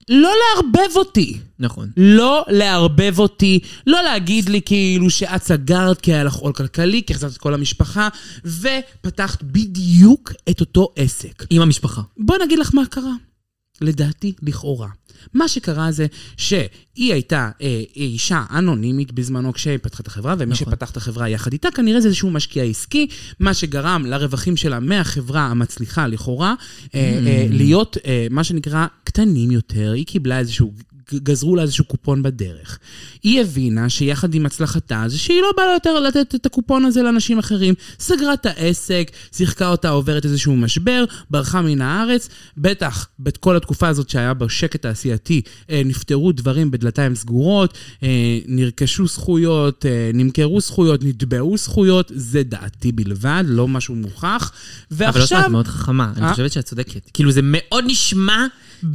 לא לערבב אותי. נכון. לא לערבב אותי, לא להגיד לי כאילו שאת סגרת כי היה לך עול כלכלי, כי החזרת את כל המשפחה, ופתחת בדיוק את אותו עסק. עם המשפחה. בוא נגיד לך מה קרה. לדעתי, לכאורה. מה שקרה זה שהיא הייתה אה, אישה אנונימית בזמנו כשהיא פתחה את החברה, ומי נכון. נכון. שפתח את החברה יחד איתה, כנראה זה איזשהו משקיע עסקי, מה שגרם לרווחים שלה מהחברה המצליחה לכאורה, אה, אה, להיות אה, מה שנקרא קטנים יותר. היא קיבלה איזשהו גזרו לה איזשהו קופון בדרך. היא הבינה שיחד עם הצלחתה, זה שהיא לא באה יותר לתת את הקופון הזה לאנשים אחרים. סגרה את העסק, שיחקה אותה עוברת איזשהו משבר, ברחה מן הארץ. בטח, בכל התקופה הזאת שהיה בה שקט תעשייתי, אה, נפתרו דברים בדלתיים סגורות, אה, נרכשו זכויות, אה, נמכרו זכויות, נתבעו זכויות, זה דעתי בלבד, לא משהו מוכח. אבל לא ועכשיו... שאת מאוד חכמה, אני אה? חושבת שאת צודקת. כאילו, זה מאוד נשמע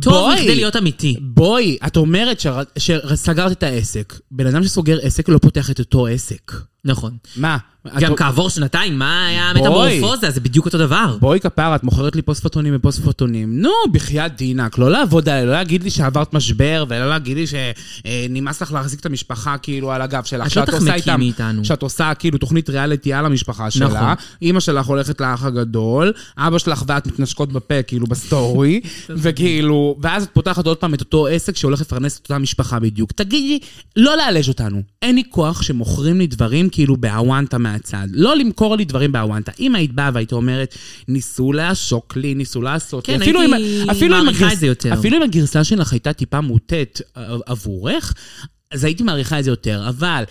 טוב בואי. מכדי להיות אמיתי. בואי, את אומרת שר- שסגרת את העסק. בן אדם שסוגר עסק לא פותח את אותו עסק. נכון. מה? גם את- כעבור שנתיים, מה היה בואי. המטמורפוזה? זה בדיוק אותו דבר. בואי כפרה, את מוכרת לי פוסט-פוטונים ופוסט-פוטונים. נו, בחייאת דינק, לא לעבוד עליי, לא להגיד לי שעברת משבר, ולא להגיד לי שנמאס לך להחזיק את המשפחה כאילו על הגב שלך. את לא שאת עושה תחמקי איתם- מאיתנו. שאת עושה כאילו תוכנית ריאליטי על המשפחה שלה. נכון. נכון. אימא שלך הולכת לאח הגדול, אבא שלך ואת מתנשקות בפה כאילו בסטורי, וכאילו, ואז את פותחת עוד פעם את אותו עסק שהולך לפרנס את אותה משפחה בדיוק. תגידי, לא לאלש אותנו. אין לי כוח שמוכרים לי דברים כאילו באוונטה מהצד. לא למכור לי דברים באוונטה. אם היית באה והיית אומרת, ניסו לעשוק לי, ניסו לעשות לי. כן, אפילו אם- הייתי אפילו אם מעריכה הגרס- את זה יותר. אפילו אם הגרסה שלך הייתה טיפה מוטית אה, עבורך, אז הייתי מעריכה את זה יותר, אבל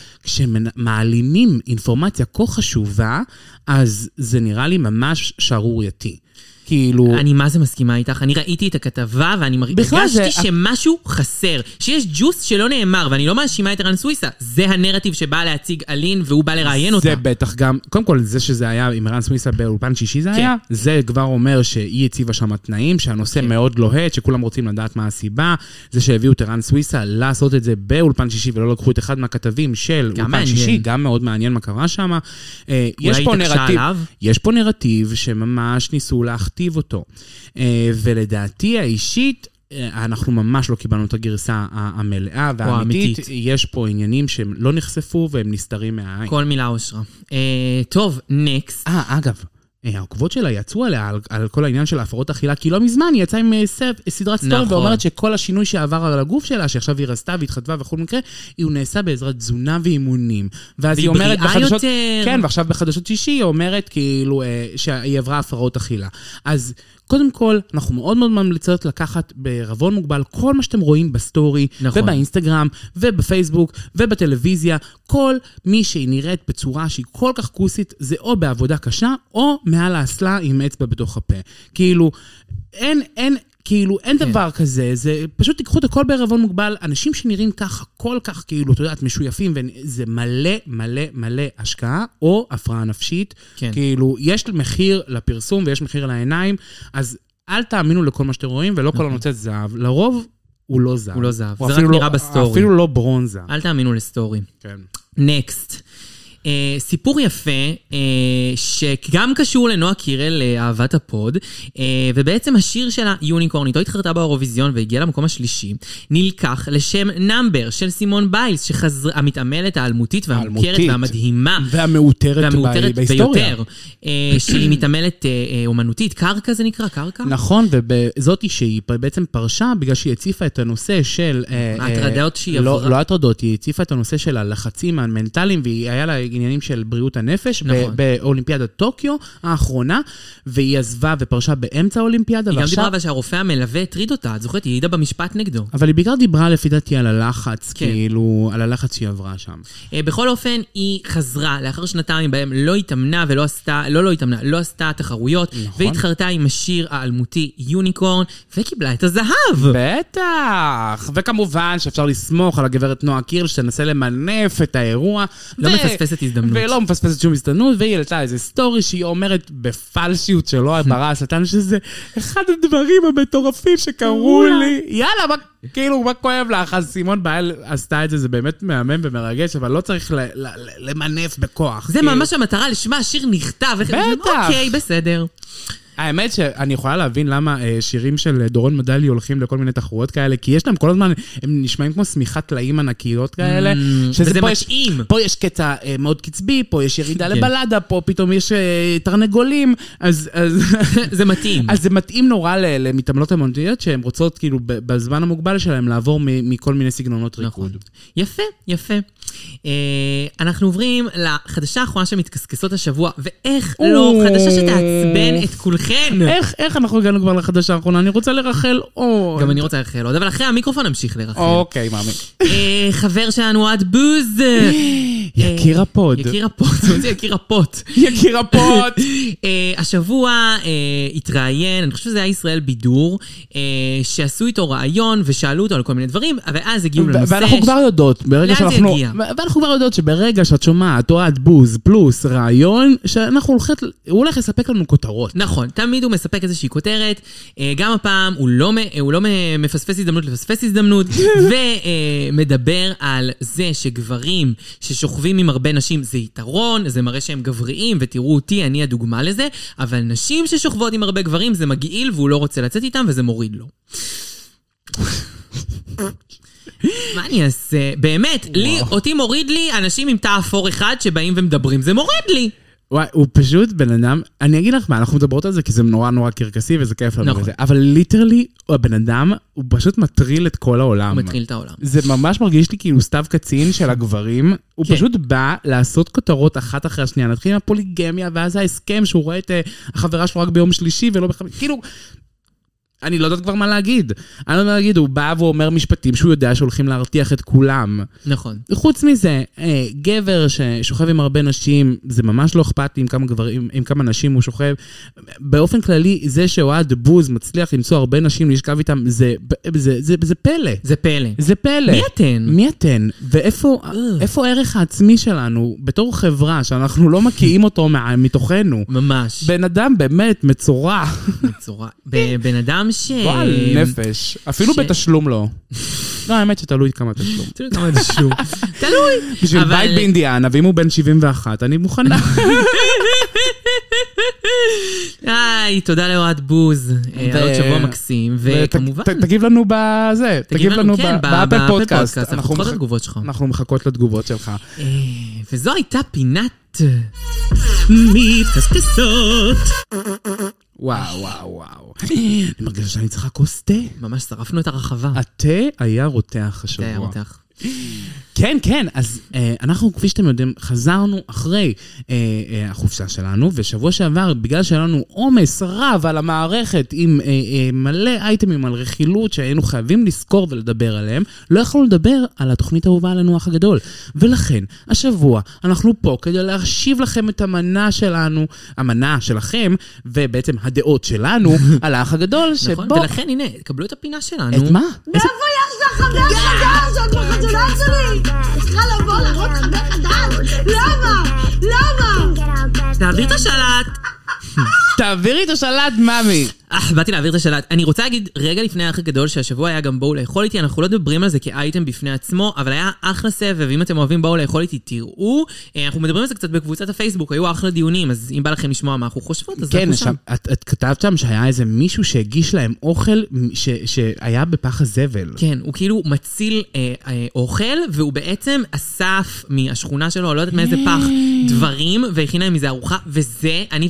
כשמעלימים אינפורמציה כה חשובה, אז זה נראה לי ממש שערורייתי. כאילו... אני מה זה מסכימה איתך, אני ראיתי את הכתבה ואני מרג- בכלל זה- הרגשתי שמשהו חסר, שיש ג'וס שלא נאמר, ואני לא מאשימה את ערן סוויסה, זה הנרטיב שבא להציג אלין והוא בא לראיין אותה. זה בטח גם, קודם כל, זה שזה היה עם רן סוויסה באולפן שישי זה היה, זה כבר אומר שהיא הציבה שם תנאים, שהנושא מאוד לוהט, שכולם רוצים לדעת מה הסיבה, זה שהביאו את רן סוויסה לעשות את זה באולפן שישי ולא לקחו את אחד מהכתבים של גם אולפן מעניין. שישי, גם מאוד מעניין מה קרה שם. אה, יש היא פה התעקשה נרטיב, עליו? יש פה נרטיב שממש ניסו להכתיב אותו. אה, ולדעתי האישית, אה, אנחנו ממש לא קיבלנו את הגרסה ה- המלאה והאמיתית. האמיתית. יש פה עניינים שהם לא נחשפו והם נסתרים מהעין. כל מילה אושרה. אה, טוב, נקסט. אה, אגב, אה, העוקבות שלה יצאו עליה על, על כל העניין של ההפרעות אכילה, כי לא מזמן היא יצאה עם אה, סב, סדרת סטורי, נכון. נכון. ואומרת שכל השינוי שעבר על הגוף שלה, שעכשיו היא רזתה והתחתבה וכל מקרה, הוא נעשה בעזרת תזונה ואימונים. ואז והיא היא אומרת בריאה בחדשות... יותר. כן, ועכשיו בחדשות שישי היא אומרת כאילו אה, שהיא עברה הפרעות אכילה. אז... קודם כל, אנחנו מאוד מאוד ממליצות לקחת בערבון מוגבל כל מה שאתם רואים בסטורי, נכון. נכון. ובאינסטגרם, ובפייסבוק, ובטלוויזיה. כל מי שהיא נראית בצורה שהיא כל כך כוסית, זה או בעבודה קשה, או מעל האסלה עם אצבע בתוך הפה. כאילו, אין, אין... כאילו, אין כן. דבר כזה, זה פשוט תיקחו את הכל בערבון מוגבל. אנשים שנראים ככה, כל כך כאילו, את יודעת, משויפים, וזה מלא מלא מלא השקעה, או הפרעה נפשית. כן. כאילו, יש מחיר לפרסום ויש מחיר לעיניים, אז אל תאמינו לכל מה שאתם רואים, ולא כל הנוצץ זהב. לרוב, הוא לא זהב. הוא לא זהב. הוא זה רק אפילו נראה לא- בסטורי. אפילו לא ברונזה. אל תאמינו לסטורי. כן. נקסט. Uh, סיפור יפה, uh, שגם קשור לנועה קירל, uh, אהבת הפוד, uh, ובעצם השיר שלה, יוניקורנית, לא התחרתה באירוויזיון והגיעה למקום השלישי, נלקח לשם נאמבר של סימון ביילס, שחזר, המתעמלת האלמותית והמוכרת האלמותית. והמדהימה. והמעוטרת והמעוטרת ב- בהיסטוריה. ביותר, אה, שהיא מתעמלת אה, אה, אומנותית, קרקע זה נקרא, קרקע? נכון, וזאתי שהיא פ- בעצם פרשה בגלל שהיא הציפה את הנושא של... אה, אה, ההטרדות שהיא לא- עברה. לא הטרדות, היא הציפה את הנושא של הלחצים המנטליים, והיה לה עניינים של בריאות הנפש, ב- נכון. באולימפיאדת טוקיו האחרונה, והיא עזבה ופרשה באמצע האולימפיאדה, היא גם דיברה ועכשיו... אבל שהרופא המלווה הטריד אותה, את זוכרת? היא העידה במשפט נגדו. אבל היא בעיקר דיברה לפי דעתי על הלחץ, כן. כאילו, על הלחץ שהיא עברה שם. אה, בכל אופן, היא חזרה לאחר שנתיים בהם לא התאמנה ולא עשתה, לא לא התאמנה, לא עשתה תחרויות, נכון. והתחרתה עם השיר האלמותי יוניקורן, וקיבלה את הזהב. בטח, וכמובן שאפשר לסמוך על הגברת נועה קירל שתנסה למנף את האירוע. לא מפספסת הזדמנות. ולא מפספסת שום הזדמנות, והיא העלתה איזה סטורי שהיא אומרת בפלשיות שלא הברה השטן, שזה אחד הדברים המטורפים שקרו לי. יאללה, מה, כאילו, מה כואב לך? אז סימון בעל עשתה את זה, זה באמת מהמם ומרגש, אבל לא צריך ל- ל- ל- למנף בכוח. זה כאילו. ממש המטרה לשמה השיר נכתב. איך- בטח. אוקיי, בסדר. האמת שאני יכולה להבין למה אה, שירים של אה, דורון מדלי הולכים לכל מיני תחרויות כאלה, כי יש להם כל הזמן, הם נשמעים כמו שמיכת טלאים ענקיות כאלה. שזה Mm, וזה פה יש- מתאים. פה יש קטע אה, מאוד קצבי, פה יש ירידה כן. לבלדה, פה פתאום יש אה, תרנגולים, אז... אז- זה מתאים. אז זה מתאים נורא ל- למתעמלות אמנותיות שהן רוצות כאילו ב- בזמן המוגבל שלהן לעבור מ- מכל מיני סגנונות נכון. ריקוד. יפה, יפה. אה, אנחנו עוברים לחדשה האחרונה שמתקסקסות השבוע, ואיך לא, או. אה. חדשה שתעצבן את כולכם. לכן. איך, איך אנחנו הגענו כבר לחדשה האחרונה? אני רוצה לרחל עוד. גם אני רוצה לרחל עוד, אבל אחרי המיקרופון נמשיך לרחל. אוקיי, מאמי. אה, חבר שלנו עד בוז. אה. יקיר הפוד. יקיר הפוט, זה יקיר הפוט. יקיר הפוד. אה, השבוע אה, התראיין, אני חושב שזה היה ישראל בידור, אה, שעשו איתו ראיון ושאלו אותו על כל מיני דברים, ואז הגיעו ו- לנושא... ואנחנו כבר יודעות, ברגע לאן זה שאנחנו... יגיע? ואנחנו כבר יודעות שברגע שאת שומעת או את בוז פלוס רעיון, שאנחנו הולכת, הוא הולך לספק לנו כותרות. נכון, תמיד הוא מספק איזושהי כותרת. אה, גם הפעם הוא לא, מ- אה, הוא לא מ- מפספס הזדמנות לפספס הזדמנות, ומדבר על זה שגברים ששוכבים עם הרבה נשים זה יתרון, זה מראה שהם גבריים, ותראו אותי, אני הדוגמה לזה, אבל נשים ששוכבות עם הרבה גברים זה מגעיל והוא לא רוצה לצאת איתם וזה מוריד לו. מה אני אעשה? באמת, לי, אותי מוריד לי אנשים עם תא אפור אחד שבאים ומדברים, זה מוריד לי. וואי, הוא פשוט בן אדם, אני אגיד לך מה, אנחנו מדברות על זה כי זה נורא נורא קרקסי וזה כיף לנו נכון. וזה, אבל ליטרלי, הבן אדם, הוא פשוט מטריל את כל העולם. הוא מטריל את העולם. זה ממש מרגיש לי כאילו סתיו קצין של הגברים. הוא כן. פשוט בא לעשות כותרות אחת אחרי השנייה. נתחיל עם הפוליגמיה, ואז ההסכם שהוא רואה את אה, החברה שלו רק ביום שלישי ולא בחמישי. כאילו, אני לא יודעת כבר מה להגיד. אני לא יודעת מה להגיד, הוא בא ואומר משפטים שהוא יודע שהולכים להרתיח את כולם. נכון. חוץ מזה, אה, גבר ששוכב עם הרבה נשים, זה ממש לא אכפת לי עם כמה גברים, עם כמה נשים הוא שוכב. באופן כללי, זה שאוהד בוז מצליח למצוא הרבה נשים להשכב איתם, זה, זה, זה, זה פלא. זה פלא. זה פלא. מי אתן? מי אתן? אה. ואיפה איפה הערך העצמי שלנו בתור חברה שאנחנו לא מקיאים אותו מה- מתוכנו? ממש. בן אדם באמת מצורע. אה, בצורה... ב- בן אדם ש... גועל נפש. אפילו ש- בתשלום לא. לא, האמת שתלוי כמה תשלום. תראו כמה זה שוב. תלוי. בשביל אבל- בית באינדיאנה, ואם הוא בן 71, אני מוכנה. היי, תודה לאוהד בוז. אה, על עוד שבוע מקסים. וכמובן... ת- ת- תגיב לנו בזה, תגיב לנו ב- כן, ב- באפל פודקאסט. אנחנו אנחנו נכון. צריכות את מח- התגובות שלך. אנחנו מחכות לתגובות שלך. אה, וזו הייתה פינת... וואו, וואו, וואו. אני מרגישה שאני צריכה כוס תה. ממש שרפנו את הרחבה. התה היה רותח השבוע. זה היה רותח. כן, כן, אז אה, אנחנו, כפי שאתם יודעים, חזרנו אחרי אה, אה, החופשה שלנו, ושבוע שעבר, בגלל שהיה לנו עומס רב על המערכת עם אה, אה, מלא אייטמים על רכילות שהיינו חייבים לזכור ולדבר עליהם, לא יכולנו לדבר על התוכנית האהובה עלינו אח הגדול. ולכן, השבוע אנחנו פה כדי להשיב לכם את המנה שלנו, המנה שלכם, ובעצם הדעות שלנו על האח הגדול, שבו... נכון? ולכן, הנה, קבלו את הפינה שלנו. את מה? איזה- מאיפה יש לך חבר חדש? את בחתונה שלי! צריכה לבוא להראות חבר חדש? למה? למה? תעביר את השלט. תעבירי את השלט, מאמי. אה, באתי להעביר את השאלה. אני רוצה להגיד רגע לפני האח הגדול שהשבוע היה גם בואו לאכול איתי, אנחנו לא מדברים על זה כאייטם בפני עצמו, אבל היה אחלה סבב, אם אתם אוהבים בואו לאכול איתי, תראו. אה, אנחנו מדברים על זה קצת בקבוצת הפייסבוק, היו אחלה דיונים, אז אם בא לכם לשמוע מה אנחנו חושבות, אז כן, אנחנו שם. שם, את, את כתבת שם שהיה איזה מישהו שהגיש להם אוכל ש, שהיה בפח הזבל. כן, הוא כאילו מציל אה, אה, אוכל, והוא בעצם אסף מהשכונה שלו, לא יודעת מאיזה פח, דברים, והכין להם מזה ארוחה, וזה, אני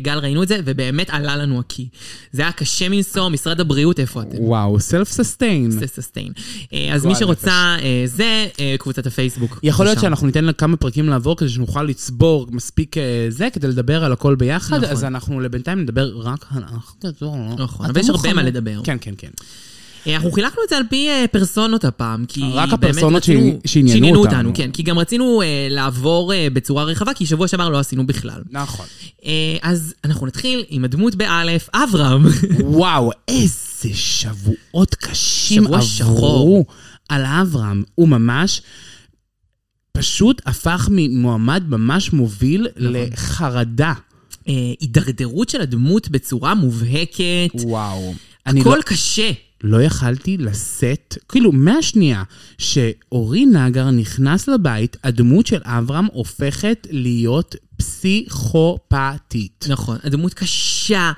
וגל ראינו את זה, ובאמת עלה לנו הקיא. זה היה קשה מנשוא, משרד הבריאות, איפה אתם? וואו, סלף ססטיין. זה ססטיין. אה, אז מי גועל שרוצה, אה, זה אה, קבוצת הפייסבוק. יכול להיות שם. שאנחנו ניתן לה כמה פרקים לעבור כדי שנוכל לצבור מספיק אה, זה, כדי לדבר על הכל ביחד, נכון. אז אנחנו לבינתיים נדבר רק על אח גדול. נכון, אתם אבל יש הרבה מוכנים? מה לדבר. כן, כן, כן. אה, אנחנו חילקנו את זה על פי אה, פרסונות הפעם, כי רק באמת הפרסונות רצינו- שעני- שעניינו אותנו. כן, כי גם רצינו אה, לעבור אה, בצורה רחבה, כי שבוע שעבר לא עשינו בכלל. נכון. אה, אז אנחנו נתחיל עם הדמות באלף, אברהם. וואו, איזה שבועות קשים שבוע עברו שחור. על אברהם. הוא ממש פשוט הפך ממועמד ממש מוביל נכון. לחרדה. אה, הידרדרות של הדמות בצורה מובהקת, וואו. אני הכל קשה. לא, לא יכלתי לשאת, כאילו, מהשנייה שאורי נגר נכנס לבית, הדמות של אברהם הופכת להיות פסיכופתית. נכון, הדמות קשה,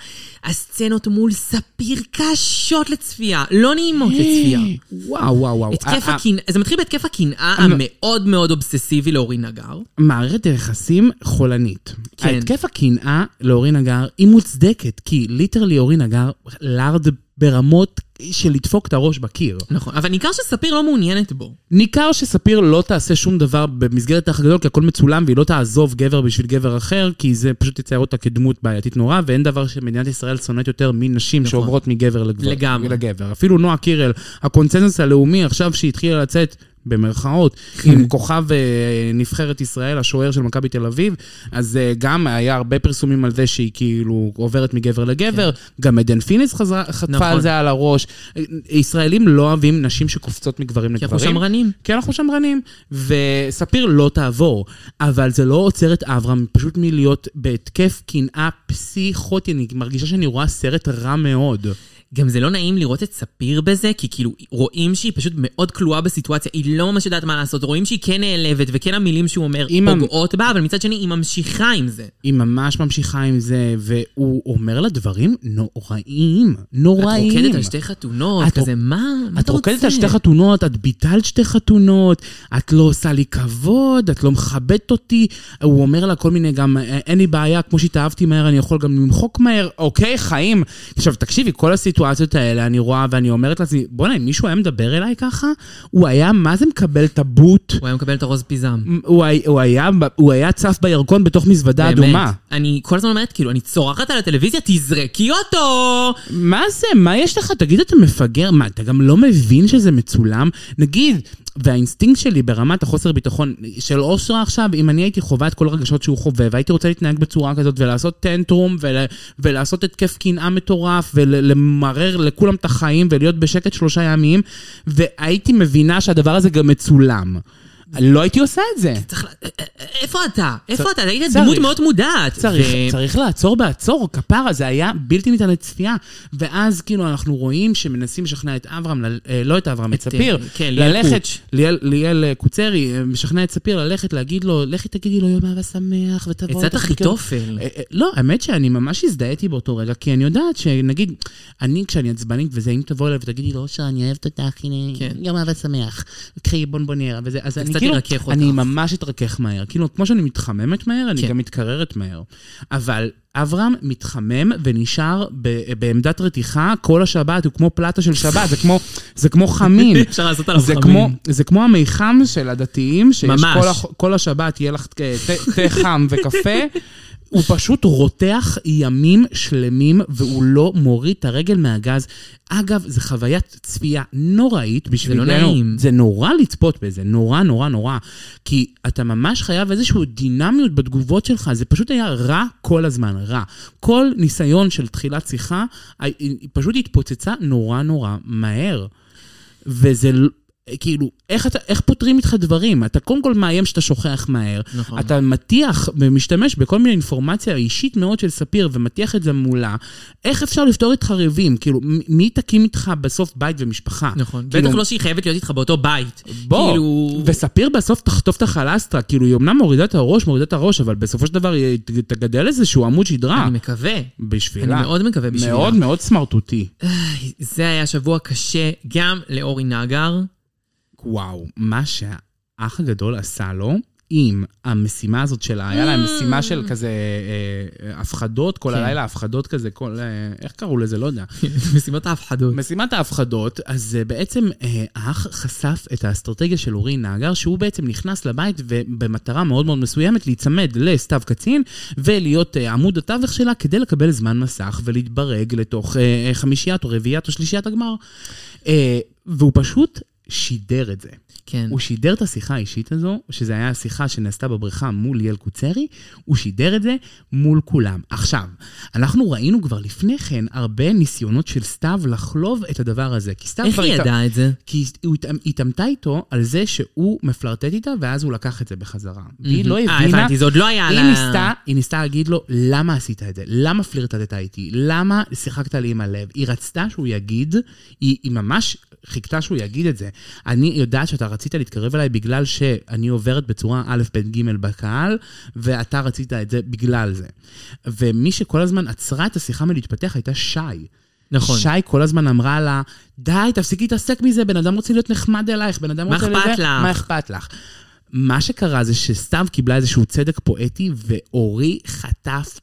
הסצנות מול ספיר קשות לצפייה, לא נעימות לצפייה. אה, וואו, וואו, וואו. התקף ה- ה- הקנאה, זה מתחיל בהתקף הקנאה לא- המאוד מאוד אובססיבי לאורי נגר. מערכת היחסים חולנית. כן. כן. התקף הקנאה לאורי נגר היא מוצדקת, כי ליטרלי אורי נגר לארד ברמות של לדפוק את הראש בקיר. נכון, אבל ניכר שספיר לא מעוניינת בו. ניכר שספיר לא תעשה שום דבר במסגרת האח הגדול, כי הכל מצולם, והיא לא תעזוב גבר בשביל גבר אחר, כי זה פשוט יצייר אותה כדמות בעייתית נורא, ואין דבר שמדינת ישראל שונאת יותר מנשים נכון. שעוברות מגבר לגבר. לגמרי. לגבר. אפילו נועה קירל, הקונצנזוס הלאומי עכשיו שהיא התחילה לצאת... במרכאות, כן. עם כוכב אה, נבחרת ישראל, השוער של מכבי תל אביב, אז אה, גם היה הרבה פרסומים על זה שהיא כאילו עוברת מגבר לגבר, גם עדן פיניס חזרה- כן. נכון. חטפה על זה על הראש. אה, ישראלים לא אוהבים נשים שקופצות מגברים כי אנחנו לגברים. שמרנים. כי אנחנו שמרנים, וספיר לא תעבור, אבל זה לא עוצר את אברהם פשוט מלהיות בהתקף קנאה פסיכוטי, אני מרגישה שאני רואה סרט רע מאוד. גם זה לא נעים לראות את ספיר בזה, כי כאילו רואים שהיא פשוט מאוד כלואה בסיטואציה, היא לא ממש יודעת מה לעשות, רואים שהיא כן נעלבת, וכן המילים שהוא אומר אם המ- פוגעות בה, אבל מצד שני היא ממשיכה עם זה. היא ממש ממשיכה עם זה, והוא אומר לה דברים נוראים, נוראים. את רוקדת על שתי חתונות, את כזה מה? מה את אתה רוצה? רוקדת על שתי חתונות, את ביטלת שתי חתונות, את לא עושה לי כבוד, את לא מכבדת אותי. הוא אומר לה כל מיני גם, "אה, אין לי בעיה, כמו שהתאהבתי מהר, אני יכול גם למחוק מהר. אוקיי, חיים. עכשיו, תקשיבי, כל הסיטואציות האלה, אני רואה ואני אומרת לעצמי, בוא'נה, אם מישהו היה מדבר אליי ככה, הוא היה, מה זה מקבל את הבוט? הוא היה מקבל את הרוז פיזם. הוא היה- הוא היה- הוא היה צף בירקון בתוך מזוודה באמת. אדומה. אני כל הזמן אומרת, כאילו, אני צורחת על הטלוויזיה, תזרקי אותו! מה זה? מה יש לך? תגיד, אתה מפגר? מה, אתה גם לא מבין שזה מצולם? נגיד, והאינסטינקט שלי ברמת החוסר ביטחון של אושרה עכשיו, אם אני הייתי חווה את כל הרגשות שהוא חווה, והייתי רוצה להתנהג בצורה כזאת, ולעשות טנטרום, ול, ולעשות התקף קנאה מטורף, ולמרר לכולם את החיים, ולהיות בשקט שלושה ימים, והייתי מבינה שהדבר הזה גם מצולם. לא הייתי עושה את זה. צריך ל... א- א- אה, איפה אתה? איפה אתה? אתה היית צריך. דמות מאוד מודעת. צריך, ו- צריך לעצור בעצור, כפרה, זה היה בלתי ניתן לצפייה. ואז כאילו אנחנו רואים שמנסים לשכנע את אברהם, ל- אה, לא את אברהם, את את, ספיר, אה, כן, ליאל ללכת, קוץ. ליאל- ליאל אה, קוצרי אה, משכנע את ספיר ללכת, להגיד לו, לכי תגידי לו יום אהבה שמח, ותבואו. עצת תחזיקו." אחיתופל. אה, אה, לא, האמת שאני ממש הזדהיתי באותו רגע, כי אני יודעת שנגיד, אני כשאני עצבנית וזה, אם תבוא אליי ותגידי לו, אושר, אני אוהבת אותך, הנה, כן. יום אהבה שמח, קחי בונבוניירה וזה, אז אני קצת כאילו, ירכך אותך. אני ממש אתרכך מהר. כאילו, כמו שאני מתחממת מהר, אני כן. גם מתקררת מהר. אבל אברהם מתחמם ונשאר ב- בעמדת רתיחה כל השבת, הוא כמו פלטה של שבת, זה כמו- זה כמו חמין. אפשר לעשות עליו זה חמין. כמו, זה כמו המיחם של הדתיים, שיש ממש. כל, הח, כל השבת יהיה לך אה, תה- תה חם וקפה. הוא פשוט רותח ימים שלמים, והוא לא מוריד את הרגל מהגז. אגב, זו חוויית צפייה נוראית בשבילנו. נעים. זה נורא לצפות בזה, נורא נורא נורא. כי אתה ממש חייב איזושהי דינמיות בתגובות שלך, זה פשוט היה רע כל הזמן, רע. כל ניסיון של תחילת שיחה, אה, היא- היא פשוט התפוצצה נורא נורא מהר. וזה ל- כאילו, איך, אתה, איך פותרים איתך דברים? אתה קודם כל מאיים שאתה שוכח מהר. נכון. אתה מטיח ומשתמש בכל מיני אינפורמציה אישית מאוד של ספיר ומטיח את זה מולה. איך אפשר לפתור איתך ריבים? כאילו, מ- מי תקים איתך בסוף בית ומשפחה? נכון. כאילו, בטח לא שהיא חייבת להיות איתך באותו בית. בוא, כאילו... וספיר בסוף תחטוף את החלסטרה, כאילו היא אמנם מורידה את הראש, מורידה את הראש, אבל בסופו של דבר היא ת- תגדל איזשהו עמוד שדרה. אני מקווה. בשבילה. אני מאוד מקווה בשבילה. מאוד מאוד סמרטוטי. זה היה שבוע קשה גם לאורי נגר. וואו, מה שהאח הגדול עשה לו עם המשימה הזאת שלה, היה להם משימה של כזה אה, אה, הפחדות, כל כן. הלילה הפחדות כזה, כל... אה, איך קראו לזה? לא יודע. משימות ההפחדות. משימת ההפחדות, אז אה, בעצם אה, האח חשף את האסטרטגיה של אורי נגר, שהוא בעצם נכנס לבית ובמטרה מאוד מאוד מסוימת להיצמד לסתיו קצין ולהיות אה, עמוד התווך שלה כדי לקבל זמן מסך ולהתברג לתוך אה, חמישיית או רביעיית או שלישיית הגמר. אה, והוא פשוט שידר את זה. כן. הוא שידר את השיחה האישית הזו, שזו הייתה השיחה שנעשתה בבריכה מול ליאל קוצרי, הוא שידר את זה מול כולם. עכשיו, אנחנו ראינו כבר לפני כן הרבה ניסיונות של סתיו לחלוב את הדבר הזה. כי סתיו איך כבר היא הת- ידעה את זה? כי היא התאמ- התעמתה איתו על זה שהוא מפלרטט איתה, ואז הוא לקח את זה בחזרה. והיא לא אה, הבינה... הבנתי, זה עוד לא היה היא לה- ניסתה, היא ניסתה להגיד לו, למה עשית את זה? למה פלירטטת איתי? למה שיחקת לי עם הלב? היא רצתה שהוא יגיד, היא, היא ממש חיכתה שהוא יגיד את זה. אני יודעת שאתה רצית להתקרב אליי בגלל שאני עוברת בצורה א', ב', ג' בקהל, ואתה רצית את זה בגלל זה. ומי שכל הזמן עצרה את השיחה מלהתפתח הייתה שי. נכון. שי כל הזמן אמרה לה, די, תפסיקי להתעסק מזה, בן אדם רוצה להיות נחמד אלייך, בן אדם מה רוצה... לזה, אכפת לך?" מה אכפת לך? מה שקרה זה שסתיו קיבלה איזשהו צדק פואטי, ואורי חטף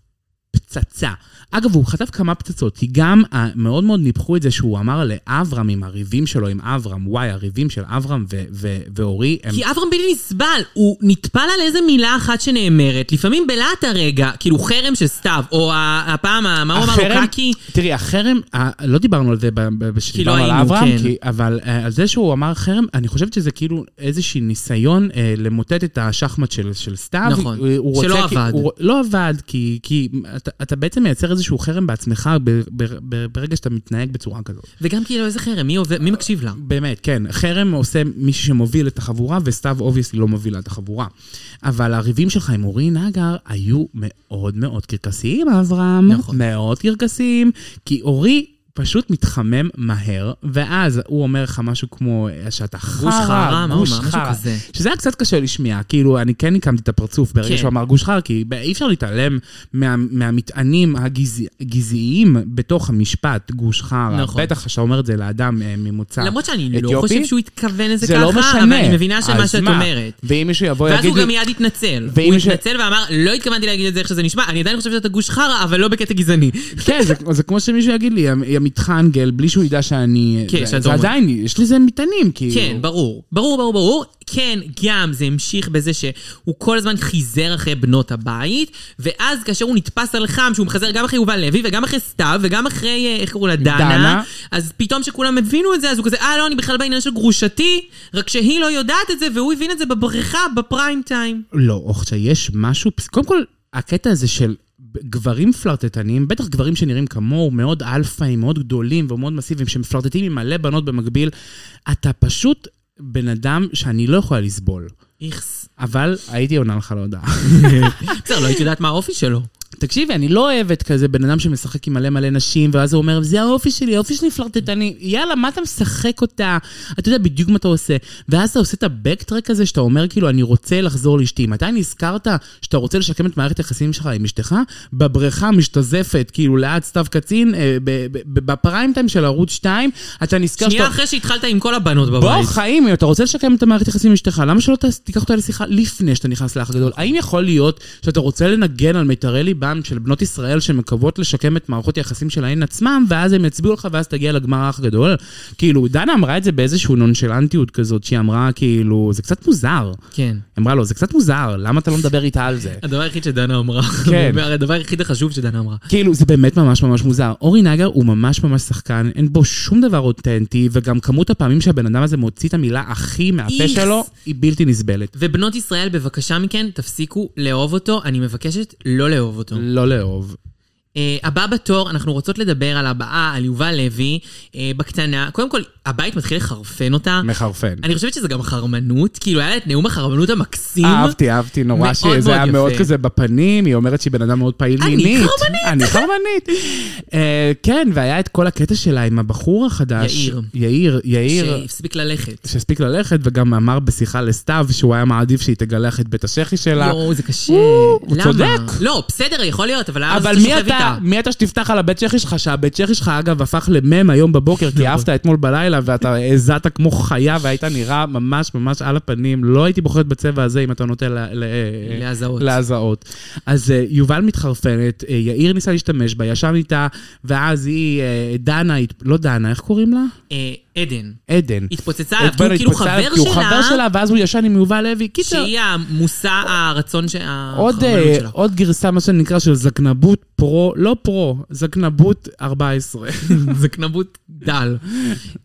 פצצה. אגב, הוא חטף כמה פצצות, כי גם אה, מאוד מאוד ניפחו את זה שהוא אמר לאברהם עם הריבים שלו עם אברהם, וואי, הריבים של אברהם ו- ו- ואורי, הם... כי אברהם בלתי נסבל, הוא נטפל על איזה מילה אחת שנאמרת, לפעמים בלהט הרגע, כאילו חרם של סתיו, או ה- הפעם, ה- מה הוא אמר לו, החרם- קקי? תראי, החרם, אה, לא דיברנו על זה ב- ב- לא כשדיברנו על היינו, כן. אברהם, כי- אבל אה, על זה שהוא אמר חרם, אני חושבת שזה כאילו איזשהו ניסיון אה, למוטט את השחמט של של סתיו. נכון. הוא- הוא רוצה שלא כי- עבד. הוא- לא עבד, כי כי אתה- אתה בעצם מייצר איזשהו חרם בעצמך ב- ב- ב- ברגע שאתה מתנהג בצורה כזאת. וגם כאילו איזה חרם, מי עובד- מי מקשיב לה? באמת, כן. חרם עושה מישהו שמוביל את החבורה, וסתיו אובייסלי לא מובילה את החבורה. אבל הריבים שלך עם אורי נגר היו מאוד מאוד קרקסיים, אברהם. נכון. מאוד קרקסיים, כי אורי... פשוט מתחמם מהר, ואז הוא אומר לך משהו כמו אה, שאתה חרא, חרא, מה הוא גוש אמר? משהו חרא. כזה. שזה היה קצת קשה לשמיע, כאילו, אני כן הקמתי את הפרצוף ברגע כן. שהוא אמר גוש חרא, כי אי אפשר להתעלם מה, מהמטענים הגזע- הגזעיים בתוך המשפט גוש חרא. נכון. בטח שאתה אומר את זה לאדם אה, ממוצא למרות שאני לא אתיופי, חושב שהוא התכוון לזה זה לא ככה, משנה. אבל אני מבינה שמה אז שאת מה? אומרת. ואם מישהו יבוא ואז יגיד הוא לי... גם מיד התנצל. ואם הוא ש- התנצל ואמר, לא התכוונתי להגיד את זה איך שזה נשמע, אני עדיין חושב שאתה גוש חרא, אבל לא בקטע גזעני. כן, זה, זה כמו שמישהו יגיד לי, "יא- יא מתחנגל, בלי שהוא ידע שאני... כן, זה, שאתה זה אומר. עדיין, יש לזה מטענים, כאילו. כן, ברור. ברור, ברור, ברור. כן, גם זה המשיך בזה שהוא כל הזמן חיזר אחרי בנות הבית, ואז כאשר הוא נתפס על חם, שהוא מחזר גם אחרי יובל לוי, וגם אחרי סתיו, וגם אחרי, אה, איך קראו לה, דנה, דנה. אז פתאום שכולם הבינו את זה, אז הוא כזה, אה, לא, אני בכלל בעניין של גרושתי, רק שהיא לא יודעת את זה, והוא הבין את זה בבריכה, בפריים טיים. לא, עכשיו יש משהו, פס- קודם כל, הקטע הזה של גברים פלרטטנים, בטח גברים שנראים כמוהו, מאוד אלפאים, מאוד גדולים ומאוד מסיביים, שמפלרטטים עם מלא בנות במקביל, אתה פשוט בן אדם שאני לא יכולה לסבול. איכס. אבל הייתי עונה לך להודעה. בסדר, לא הייתי יודעת מה האופי שלו. תקשיבי, אני לא אוהבת כזה בן אדם שמשחק עם מלא מלא נשים, ואז הוא אומר, זה האופי שלי, האופי שלי פלרטטני. יאללה, מה אתה משחק אותה? אתה יודע בדיוק מה אתה עושה. ואז אתה עושה את הבקטרק הזה, שאתה אומר, כאילו, אני רוצה לחזור לאשתי. מתי נזכרת שאתה רוצה לשקם את מערכת היחסים שלך עם אשתך? בבריכה משתזפת, כאילו, ליד סתיו קצין, אה, ב- ב- ב- בפריים טיים של ערוץ 2, אתה נזכר שנייה שאתה... אחרי שהתחלת עם כל הבנות בוא בבית. חיים, אם אתה רוצה לשקם את המערכת יחסים עם אשתך, למה שלא ת- תיקח אותה לשיחה לפני שאתה נכנס לאח הגדול? האם יכול להיות שאתה רוצה לנגן על מיתרי ליבם של בנות ישראל שמקוות לשקם את מערכות היחסים שלהן עצמם, ואז הם יצביעו לך ואז תגיע לגמר האח הגדול? כאילו, דנה אמרה את זה באיזשהו נונשלנטיות כזאת, שהיא אמרה, כאילו, זה קצת מוזר. כן. היא אמרה לו, זה קצת מוזר, למה אתה לא מדבר איתה על זה? הדבר היחיד שדנה אמרה. כן. הדבר היחיד החשוב שדנה אמרה. כאילו, זה באמת ממש ממש מוזר. אורי נגר הוא ממש ממש שחקן, אין בו שום דבר אותנטי, וגם כמות הפעמים שהבן אדם הזה מוציא את המילה אחי מהפה איכס. שלו, היא בלתי נסבלת. ובנות ישראל, בבקשה מכן, תפסיקו לאהוב אותו. אני מבקשת לא לאהוב אותו. לא לאהוב. אה, הבא בתור, אנחנו רוצות לדבר על הבאה, על יובל לוי, אה, בקטנה. קודם כל, הבית מתחיל לחרפן אותה. מחרפן. אני חושבת שזה גם חרמנות, כאילו היה לה את נאום החרמנות המקסים. אהבתי, אהבתי, נורא מאוד מאוד שזה היה יפה. מאוד כזה בפנים, היא אומרת שהיא בן אדם מאוד פעיל אני מינית. חרמנית. אני חרמנית. אה, כן, והיה את כל הקטע שלה עם הבחור החדש. יאיר. יאיר, יאיר. שהפסיק ללכת. שהספיק ללכת, וגם אמר בשיחה לסתיו שהוא היה מעדיף שהיא תגלח את בית השחי שלה. יואו, זה קשה. הוא למה? צודק. לא, בסדר, יכול להיות, אבל אז אבל מי אתה, מי אתה שתפתח על הבית שחי שלך, שהבית שחי שלך אגב הפך למם היום בבוקר, נכון. כי אהבת אתמול בלילה ואתה הזעת כמו חיה והיית נראה ממש ממש על הפנים. לא הייתי בוחרת בצבע הזה אם אתה נוטה ל- ל- להזהות. להזהות. אז אה, יובל מתחרפנת, אה, יאיר ניסה להשתמש בה, ישב איתה, ואז היא, אה, דנה, הת- לא דנה, איך קוראים לה? אה, עדן. עדן. התפוצצה עליו, כי עדן הוא כאילו התפוצצה חבר עליו, כי הוא חבר שלה, שלה, ואז הוא ישן עם יובל לוי. קיצר, שהיא המושא הרצון, שה- עוד, החרמנות אה, שלה. עוד גרסה, מה שנקרא, של זקנבות פרו, לא פרו, זקנבות 14. זקנבות דל.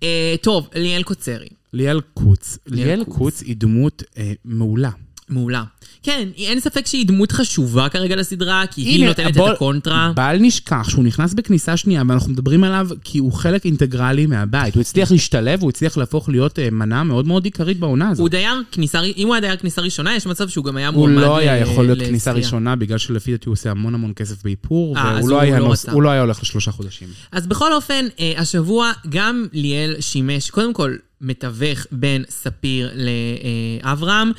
אה, טוב, ליאל קוצרי. ליאל קוץ. ליאל ליאל קוץ. קוץ היא דמות אה, מעולה. מעולה. כן, אין ספק שהיא דמות חשובה כרגע לסדרה, כי היא הנה, נותנת בוא- את הקונטרה. בל נשכח שהוא נכנס בכניסה שנייה, ואנחנו מדברים עליו כי הוא חלק אינטגרלי מהבית. הוא הצליח להשתלב, הוא הצליח להפוך להיות אה, מנה מאוד מאוד עיקרית בעונה הוא הזאת. דייר כניסה, אם הוא היה דייר כניסה ראשונה, יש מצב שהוא גם היה הוא מועמד לא היה אה, ל- יכול להיות לזכייה. כניסה ראשונה, בגלל שלפי דעתי הוא עושה המון המון כסף באיפור, אה, אז והוא לא הוא היה לא נוס- רצה. הוא לא היה הולך לשלושה חודשים. אז בכל אופן, אה, השבוע גם ליאל שימש, קודם כל, מתווך בין ספיר לאברהם.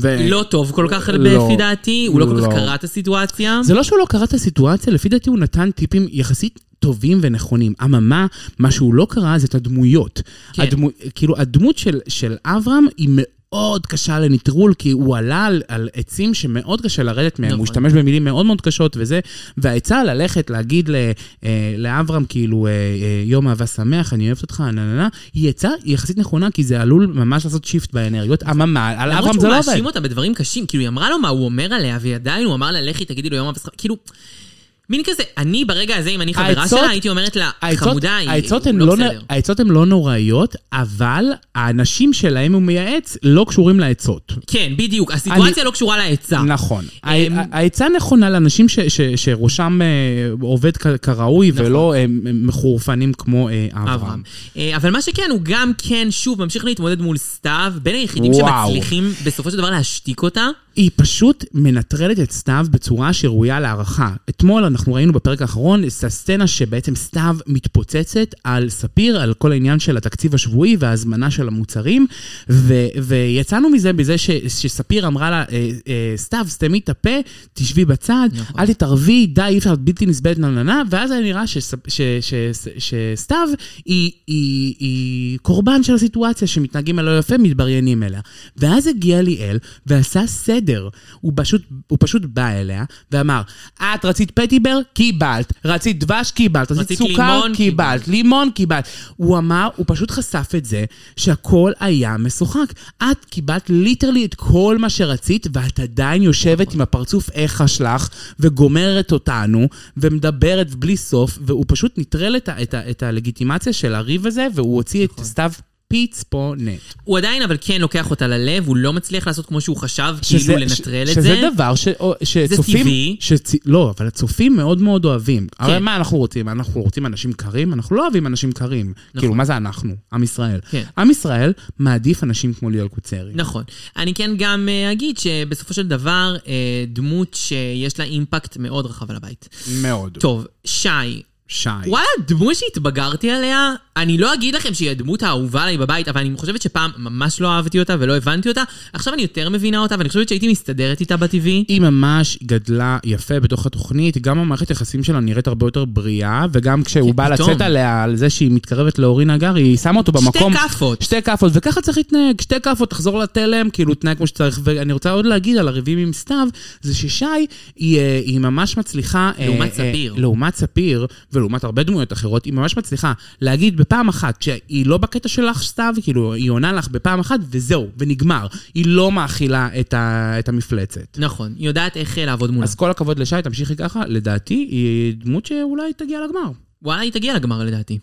ו- לא טוב כל כך, אה, לא. לפי דעתי, הוא לא כל כך לא. קרא את הסיטואציה. זה לא שהוא לא קרא את הסיטואציה, לפי דעתי הוא נתן טיפים יחסית טובים ונכונים. אממה, מה שהוא לא קרא זה את הדמויות. כן. הדמו, כאילו, הדמות של, של אברהם היא מאוד... מאוד קשה לנטרול, כי הוא עלה על, על עצים שמאוד קשה לרדת מהם. נכון. הוא נכון. השתמש במילים מאוד מאוד קשות וזה, והעצה ללכת להגיד ל, אה, לאברהם, כאילו, אה, אה, יום אהבה שמח, אני אוהבת אותך, נה נה נה, היא עצה יחסית נכונה, כי זה עלול ממש לעשות שיפט באנרגיות. אממה, על אברהם זה לא למרות שהוא עובד. מאשים אותה בדברים קשים, כאילו, היא אמרה לו מה הוא אומר עליה, ועדיין הוא אמר לה, לכי תגידי לו יום אבא שלך", כאילו... מין כזה, אני ברגע הזה, אם אני חברה העצות- שלה, הייתי אומרת לה, העצות- חמודה, היא העצות היא הן לא לא נ- בסדר. העצות הן לא נוראיות, אבל האנשים שלהם הוא מייעץ לא קשורים לעצות. כן, בדיוק, הסיטואציה אני- לא קשורה לעצה. נכון. אמ- הע- העצה נכונה לאנשים ש- ש- שראשם אה, עובד כ- כראוי ולא אה, מחורפנים כמו אה, נכון. אברהם. אברהם. אה, אבל מה שכן, הוא גם כן, שוב, ממשיך להתמודד מול סתיו, בין היחידים וואו. שמצליחים בסופו של דבר להשתיק אותה. היא פשוט מנטרלת את סתיו בצורה שראויה להערכה. אתמול אנחנו ראינו בפרק האחרון את הסצנה שבעצם סתיו מתפוצצת על ספיר, על כל העניין של התקציב השבועי וההזמנה של המוצרים, ו- ויצאנו מזה בזה ש- שספיר אמרה לה, אה, אה, סתיו, סתמי את הפה, תשבי בצד, נכון. אל תתערבי, די, אי אפשר, את בלתי נסבלת, נה נה נה, ואז היה נראה שס- ש- ש- ש- שסתיו היא- היא היא קורבן של הסיטואציה, שמתנהגים אליה לא יפה, מתבריינים אליה. ואז הגיע ליאל ועשה סדר. הוא פשוט, הוא פשוט בא אליה ואמר, את רצית פטיבר? קיבלת. רצית דבש? קיבלת. רצית רצית סוכר? לימון? קיבלת. לימון? קיבלת. הוא אמר, הוא פשוט חשף את זה שהכל היה משוחק. את קיבלת ליטרלי את כל מה שרצית, ואת עדיין יושבת עם הפרצוף איכה שלך, וגומרת אותנו, ומדברת בלי סוף, והוא פשוט נטרל את, ה- את, ה- את הלגיטימציה של הריב הזה, והוא הוציא את סתיו פיצפונט. הוא עדיין אבל כן לוקח אותה ללב, הוא לא מצליח לעשות כמו שהוא חשב, שזה- כאילו ש- לנטרל את שזה זה. דבר ש, או- שצופים... טבעי. שצ... לא, אבל הצופים מאוד מאוד אוהבים. כן. הרי מה אנחנו רוצים? אנחנו רוצים אנשים קרים? אנחנו לא אוהבים אנשים קרים. נכון. כאילו, מה זה אנחנו? עם ישראל. כן. עם ישראל מעדיף אנשים כמו ליאל קוצרי. נכון. אני כן גם אה, אגיד שבסופו של דבר, אה, דמות שיש לה אימפקט מאוד רחב על הבית. מאוד. נכון. טוב, שי. שי. וואלה, דמות שהתבגרתי עליה, אני לא אגיד לכם שהיא הדמות האהובה עליי בבית, אבל אני חושבת שפעם ממש לא אהבתי אותה ולא הבנתי אותה. עכשיו אני יותר מבינה אותה, ואני חושבת שהייתי מסתדרת איתה בטבעי. היא ממש גדלה יפה בתוך התוכנית, גם המערכת יחסים שלה נראית הרבה יותר בריאה, וגם כשהוא כן, בא פתאום. לצאת עליה על זה שהיא מתקרבת לאורין הגר, היא שמה אותו במקום... שתי כאפות. שתי כאפות, וככה צריך להתנהג, שתי כאפות, תחזור לתלם, כאילו, תנהג כמו שצריך. ואני רוצה עוד להגיד על הריבים עם סתיו, זה ששי, היא, אה, היא ממש מצליחה... אה, לעומת אה, ספיר. לעומת ספיר, ולעומת הרבה דמויות אחרות, היא ממש מצליחה להגיד בפעם אחת שהיא לא בקטע שלך, סתיו, כאילו, היא עונה לך בפעם אחת, וזהו, ונגמר. היא לא מאכילה את, ה, את המפלצת. נכון, היא יודעת איך אה, לעבוד מולה. אז כל הכבוד לשי, תמשיכי ככה, לדעתי, היא דמות שאולי תגיע לגמר. וואלה, היא תגיע לגמר לדעתי.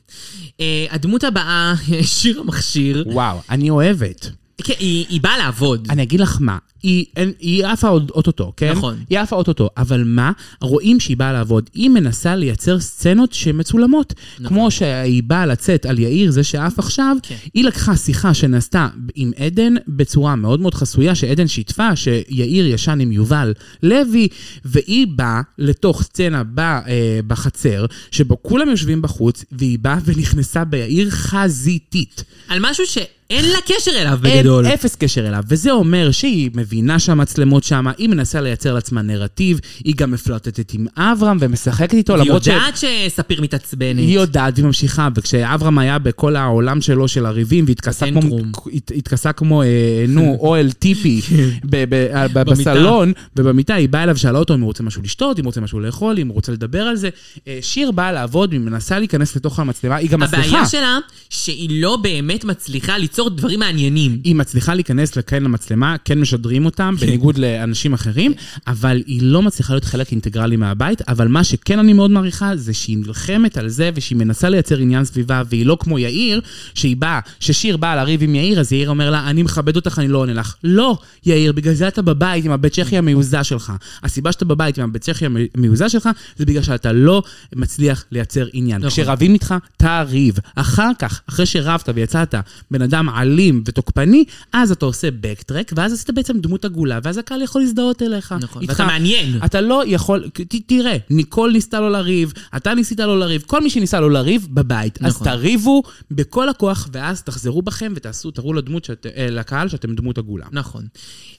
אה, הדמות הבאה, שיר המכשיר. וואו, אני אוהבת. כן, היא היא באה לעבוד. אני אגיד לך מה, היא, אין, היא עפה עוד- אוטוטו, כן? נכון. היא עפה אוטוטו, אבל מה? רואים שהיא באה לעבוד. היא מנסה לייצר סצנות שמצולמות. נכון. כמו שהיא באה לצאת על יאיר, זה שעף עכשיו, כן. היא לקחה שיחה שנעשתה עם עדן בצורה מאוד מאוד חסויה, שעדן שיתפה, שיאיר ישן עם יובל לוי, והיא באה לתוך סצנה ב, אה, בחצר, שבו כולם יושבים בחוץ, והיא באה ונכנסה ביאיר חזיתית. על משהו שאין לה קשר אליו אין בגדול. אפס קשר אליו, וזה אומר שהיא מבינה שהמצלמות שם, היא מנסה לייצר לעצמה נרטיב, היא גם מפלרטטת עם אברהם ומשחקת איתו, היא למרות ש... יודעת שספיר מתעצבנת. היא יודעת והיא ממשיכה, וכשאברהם היה בכל העולם שלו של הריבים, והתכסה כמו, טנטרום. הת- התכסה כמו, אה, נו, אוהל טיפי, כן. ב- ב- ב- בסלון, ובמיטה, היא באה אליו, שאלה אותו אם הוא רוצה משהו לשתות, אם הוא רוצה משהו לאכול, אם הוא רוצה לדבר על זה. אה, שיר באה לעבוד, היא מנסה להיכנס לתוך המצלמה, היא גם מצליחה. הבעיה שלה, שהיא לא באמת מצליחה ליצור דברים מעניינים. כן. היא מצליחה להיכנס לכן למצלמה, כן משדרים אותם, בניגוד לאנשים אחרים, אבל היא לא מצליחה להיות חלק אינטגרלי מהבית, אבל מה שכן אני מאוד מעריכה, זה שהיא נלחמת על זה, ושהיא מנסה לייצר עניין סביבה, והיא לא כמו יאיר, שהיא באה, ששיר באה לריב עם יאיר, אז יאיר אומר לה, אני מכבד אותך, אני לא עונה לך. לא, יאיר, בגלל זה אתה בבית עם הבית צ'כי המיוזע שלך. הסיבה שאתה בבית עם הבית צ'כי המיוזע שלך, זה בגלל שאתה לא מצליח לייצר עניין. נכון. כשרב רבים איתך, תריב. אחר כך, אחרי שרבת ויצאת בן אדם אלים ותוקפני, אז אתה עושה בקטרק, ואז עשית בעצם דמות עגולה, ואז הקהל יכול להזדהות אליך. נכון, איתך. ואתה מעניין. אתה לא יכול, ת, תראה, ניקול ניסתה לא לריב, אתה ניסית לא לריב, כל מי שניסה לא לריב, בבית. נכון. אז נכון. תריבו בכל הכוח, ואז תחזרו בכם ותעשו, תראו לדמות שאת, אה, לקהל שאתם דמות עגולה. נכון.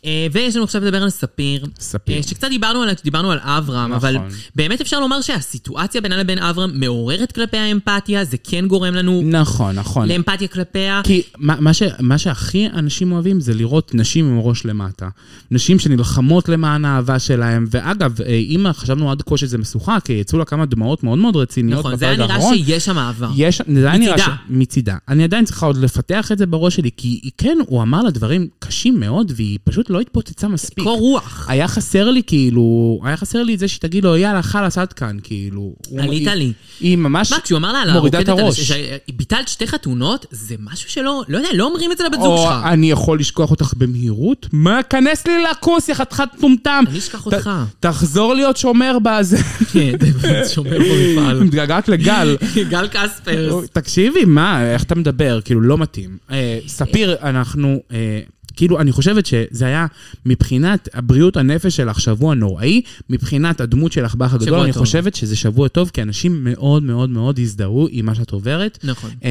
אה, ויש לנו עכשיו לדבר על ספיר. ספיר. אה, שקצת דיברנו עליה כשדיברנו על אברהם, אבל נכון. באמת אפשר לומר שהסיטואציה בינה לבין אברהם מעוררת כלפי האמפתיה, זה כן גורם לנו נכון, נכון. לאמפתיה כלפיה. כי מה, מה, ש, מה שהכי אנשים אוהבים זה לראות נשים עם ראש למטה. נשים שנלחמות למען האהבה שלהם. ואגב, אה, אם חשבנו עד כה שזה משוכה, כי יצאו לה כמה דמעות מאוד מאוד רציניות נכון, זה היה בפרק נראה האחרון. שיש שם אהבה. יש, זה היה נראה ש... מצידה. מצידה. אני עדיין צריכה עוד לפתח את זה בראש שלי, כי היא כן, הוא אמר לה דברים קשים מאוד, והיא פשוט לא התפוצצה מספיק. קור רוח. היה חסר לי, כאילו, היה חסר לי את זה שתגיד לו, יאללה, חלאס, עד כאן, כאילו. הוא- עלית היא- לי. היא ממש מה, כשהוא אמר לה על מורידה הרוקדת, את על הראש. הש- שהיא ביטלת שתי חתונות, זה משהו שלא, לא יודע, לא אומרים את זה לבת זוג או שלך. אני יכול לשכוח אותך במהירות? מה? כנס לי לכוס, יא חתיכת טומטם. אני אשכח ת- אותך. תחזור להיות שומר בזה. כן, זה באמת שומר במפעל. מתגעגעת לגל. גל קספרס. תקשיבי, מה, איך אתה מדבר? כאילו, לא מתאים. אה, ספיר, אנחנו... אה, כאילו, אני חושבת שזה היה מבחינת הבריאות הנפש שלך שבוע נוראי, מבחינת הדמות שלך באח הגדול, שבוע אני טוב. חושבת שזה שבוע טוב, כי אנשים מאוד מאוד מאוד הזדהו עם מה שאת עוברת. נכון. אה,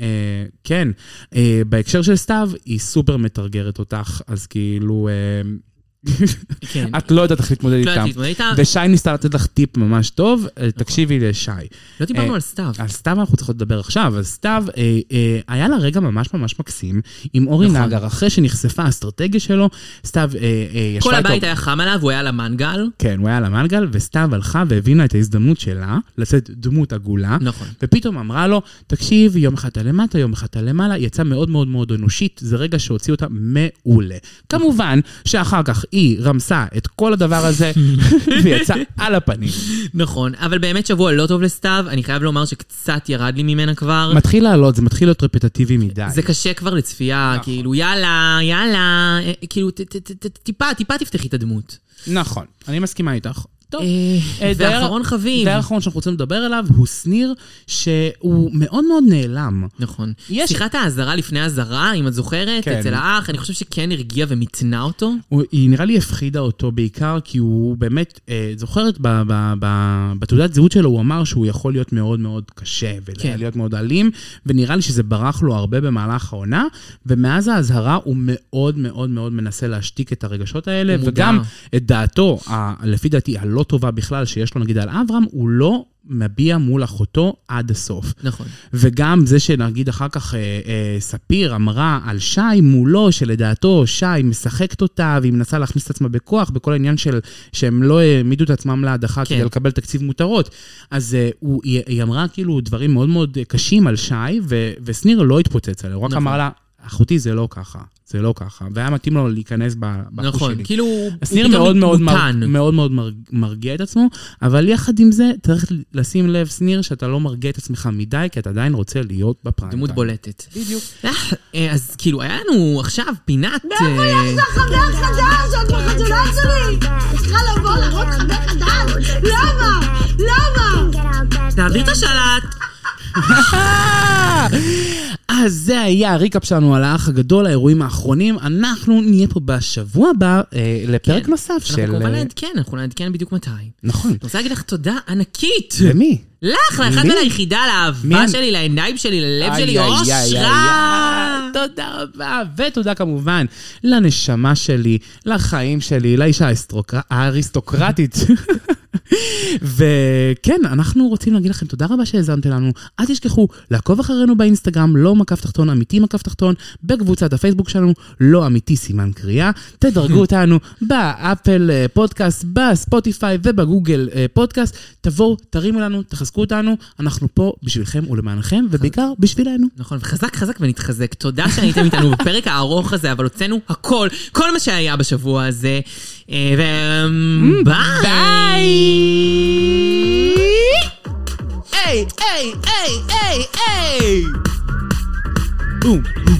אה, כן, אה, בהקשר של סתיו, היא סופר מתרגרת אותך, אז כאילו... אה, כן. את לא יודעת איך להתמודד לא יודעת איתם. להתמודד נכון. איתה. ושי ניסתה לתת לך טיפ ממש טוב, אה, תקשיבי לשי. לא דיברנו אה, על סתיו. על סתיו אנחנו צריכות לדבר עכשיו. אז סתיו, אה, אה, היה לה רגע ממש ממש מקסים עם אורי נכון. נגר, אחרי שנחשפה האסטרטגיה שלו, סתיו אה, אה, ישבה כל איתו- הבית היה חם עליו, הוא היה על המנגל. כן, הוא היה על המנגל, וסתיו הלכה והבינה את ההזדמנות שלה לצאת דמות עגולה. נכון. ופתאום אמרה לו, תקשיב, יום אחד אתה למטה, יום אחד אתה למעלה, היא יצאה מאוד מאוד מאוד אנושית, זה רגע שהוציא אותה מעולה. כמובן שאחר כך היא רמסה את כל הדבר הזה, ויצאה על הפנים. נכון, אבל באמת שבוע לא טוב לסתיו, אני חייב לומר שקצת ירד לי ממנה כבר. מתחיל לעלות, זה מתחיל להיות רפטטיבי מדי. זה קשה כבר לצפייה, נכון. כאילו יאללה, יאללה, אה, כאילו ת- ת- ת- ת- טיפה, טיפה תפתחי את הדמות. נכון, אני מסכימה איתך. טוב. אה, אה, דייר- ואחרון חביב. דייר האחרון שאנחנו רוצים לדבר עליו הוא שניר, שהוא מאוד מאוד נעלם. נכון. יש- שיחת האזהרה לפני אזהרה, אם את זוכרת, כן. אצל האח, אני חושב שכן הרגיע ומיתנה אותו. הוא- היא נראה לי הפחידה אותו בעיקר, כי הוא באמת, אה, את זוכרת, ב- ב- ב- בתעודת זהות שלו הוא אמר שהוא יכול להיות מאוד מאוד קשה, כן. ולהיות מאוד אלים, ונראה לי שזה ברח לו הרבה במהלך העונה, ומאז האזהרה הוא מאוד מאוד מאוד מנסה להשתיק את הרגשות האלה, הוא מודע. וגם את דעתו, ה- לפי דעתי, הלא טובה בכלל שיש לו נגיד על אברהם, הוא לא מביע מול אחותו עד הסוף. נכון. וגם זה שנגיד אחר כך אה, אה, ספיר אמרה על שי מולו, שלדעתו שי משחקת אותה והיא מנסה להכניס את עצמה בכוח בכל העניין של שהם לא העמידו את עצמם להדחה כן. כן. כדי לקבל תקציב מותרות. אז אה, הוא, היא, היא אמרה כאילו דברים מאוד מאוד אה, קשים על שי, ו, ושניר לא התפוצץ עליה, הוא רק נכון. אמר לה, אחותי זה לא ככה, זה לא ככה. והיה מתאים לו להיכנס ב- בחוש נכון, שלי. כאילו הוא אז ניר פתאום מאוד מאוד, מר, מותן. מאוד מאוד מר, מרגיע את עצמו, אבל יחד עם זה, צריך לשים לב, שניר, שאתה לא מרגיע את עצמך מדי, כי אתה עדיין רוצה להיות בפריים. דמות טיים. בולטת. בדיוק. אז כאילו, היה לנו עכשיו פינת... מאיפה אה, יש לך חבר חדש? עוד בחתונה שלי! היא צריכה לבוא להראות חבר חדש! למה? למה? תעביר את השלט. אז זה היה הריקאפ שלנו על האח הגדול, האירועים האחרונים. אנחנו נהיה פה בשבוע הבא אה, לפרק כן. נוסף של... אנחנו כמובן אה, נעדכן, אנחנו נעדכן בדיוק מתי. אני נכון. רוצה להגיד לך תודה ענקית. למי? לך, לאחת מי? וליחידה, לאהבה מי? שלי, לעיניים שלי, ללב איי, שלי, איי, איי, איי, אושרה! איי. תודה רבה, ותודה כמובן לנשמה שלי, לחיים שלי, לאישה האסטרוק- האריסטוקרטית. וכן, אנחנו רוצים להגיד לכם תודה רבה שהאזנתם לנו. אל תשכחו לעקוב אחרינו באינסטגרם, לא מקף תחתון, אמיתי מקף תחתון, בקבוצת הפייסבוק שלנו, לא אמיתי סימן קריאה. תדרגו אותנו באפל אה, פודקאסט, בספוטיפיי ובגוגל אה, פודקאסט. תבואו, תרימו לנו, תחזקו אותנו, אנחנו פה בשבילכם ולמענכם, ובעיקר בשבילנו. נכון, וחזק חזק ונתחזק. תודה שהייתם איתנו בפרק הארוך הזה, אבל הוצאנו הכל, כל מה שהיה בשבוע הזה. אה, ו... Mm, ביי! Hey, hey, hey, hey, hey! Boom, boom.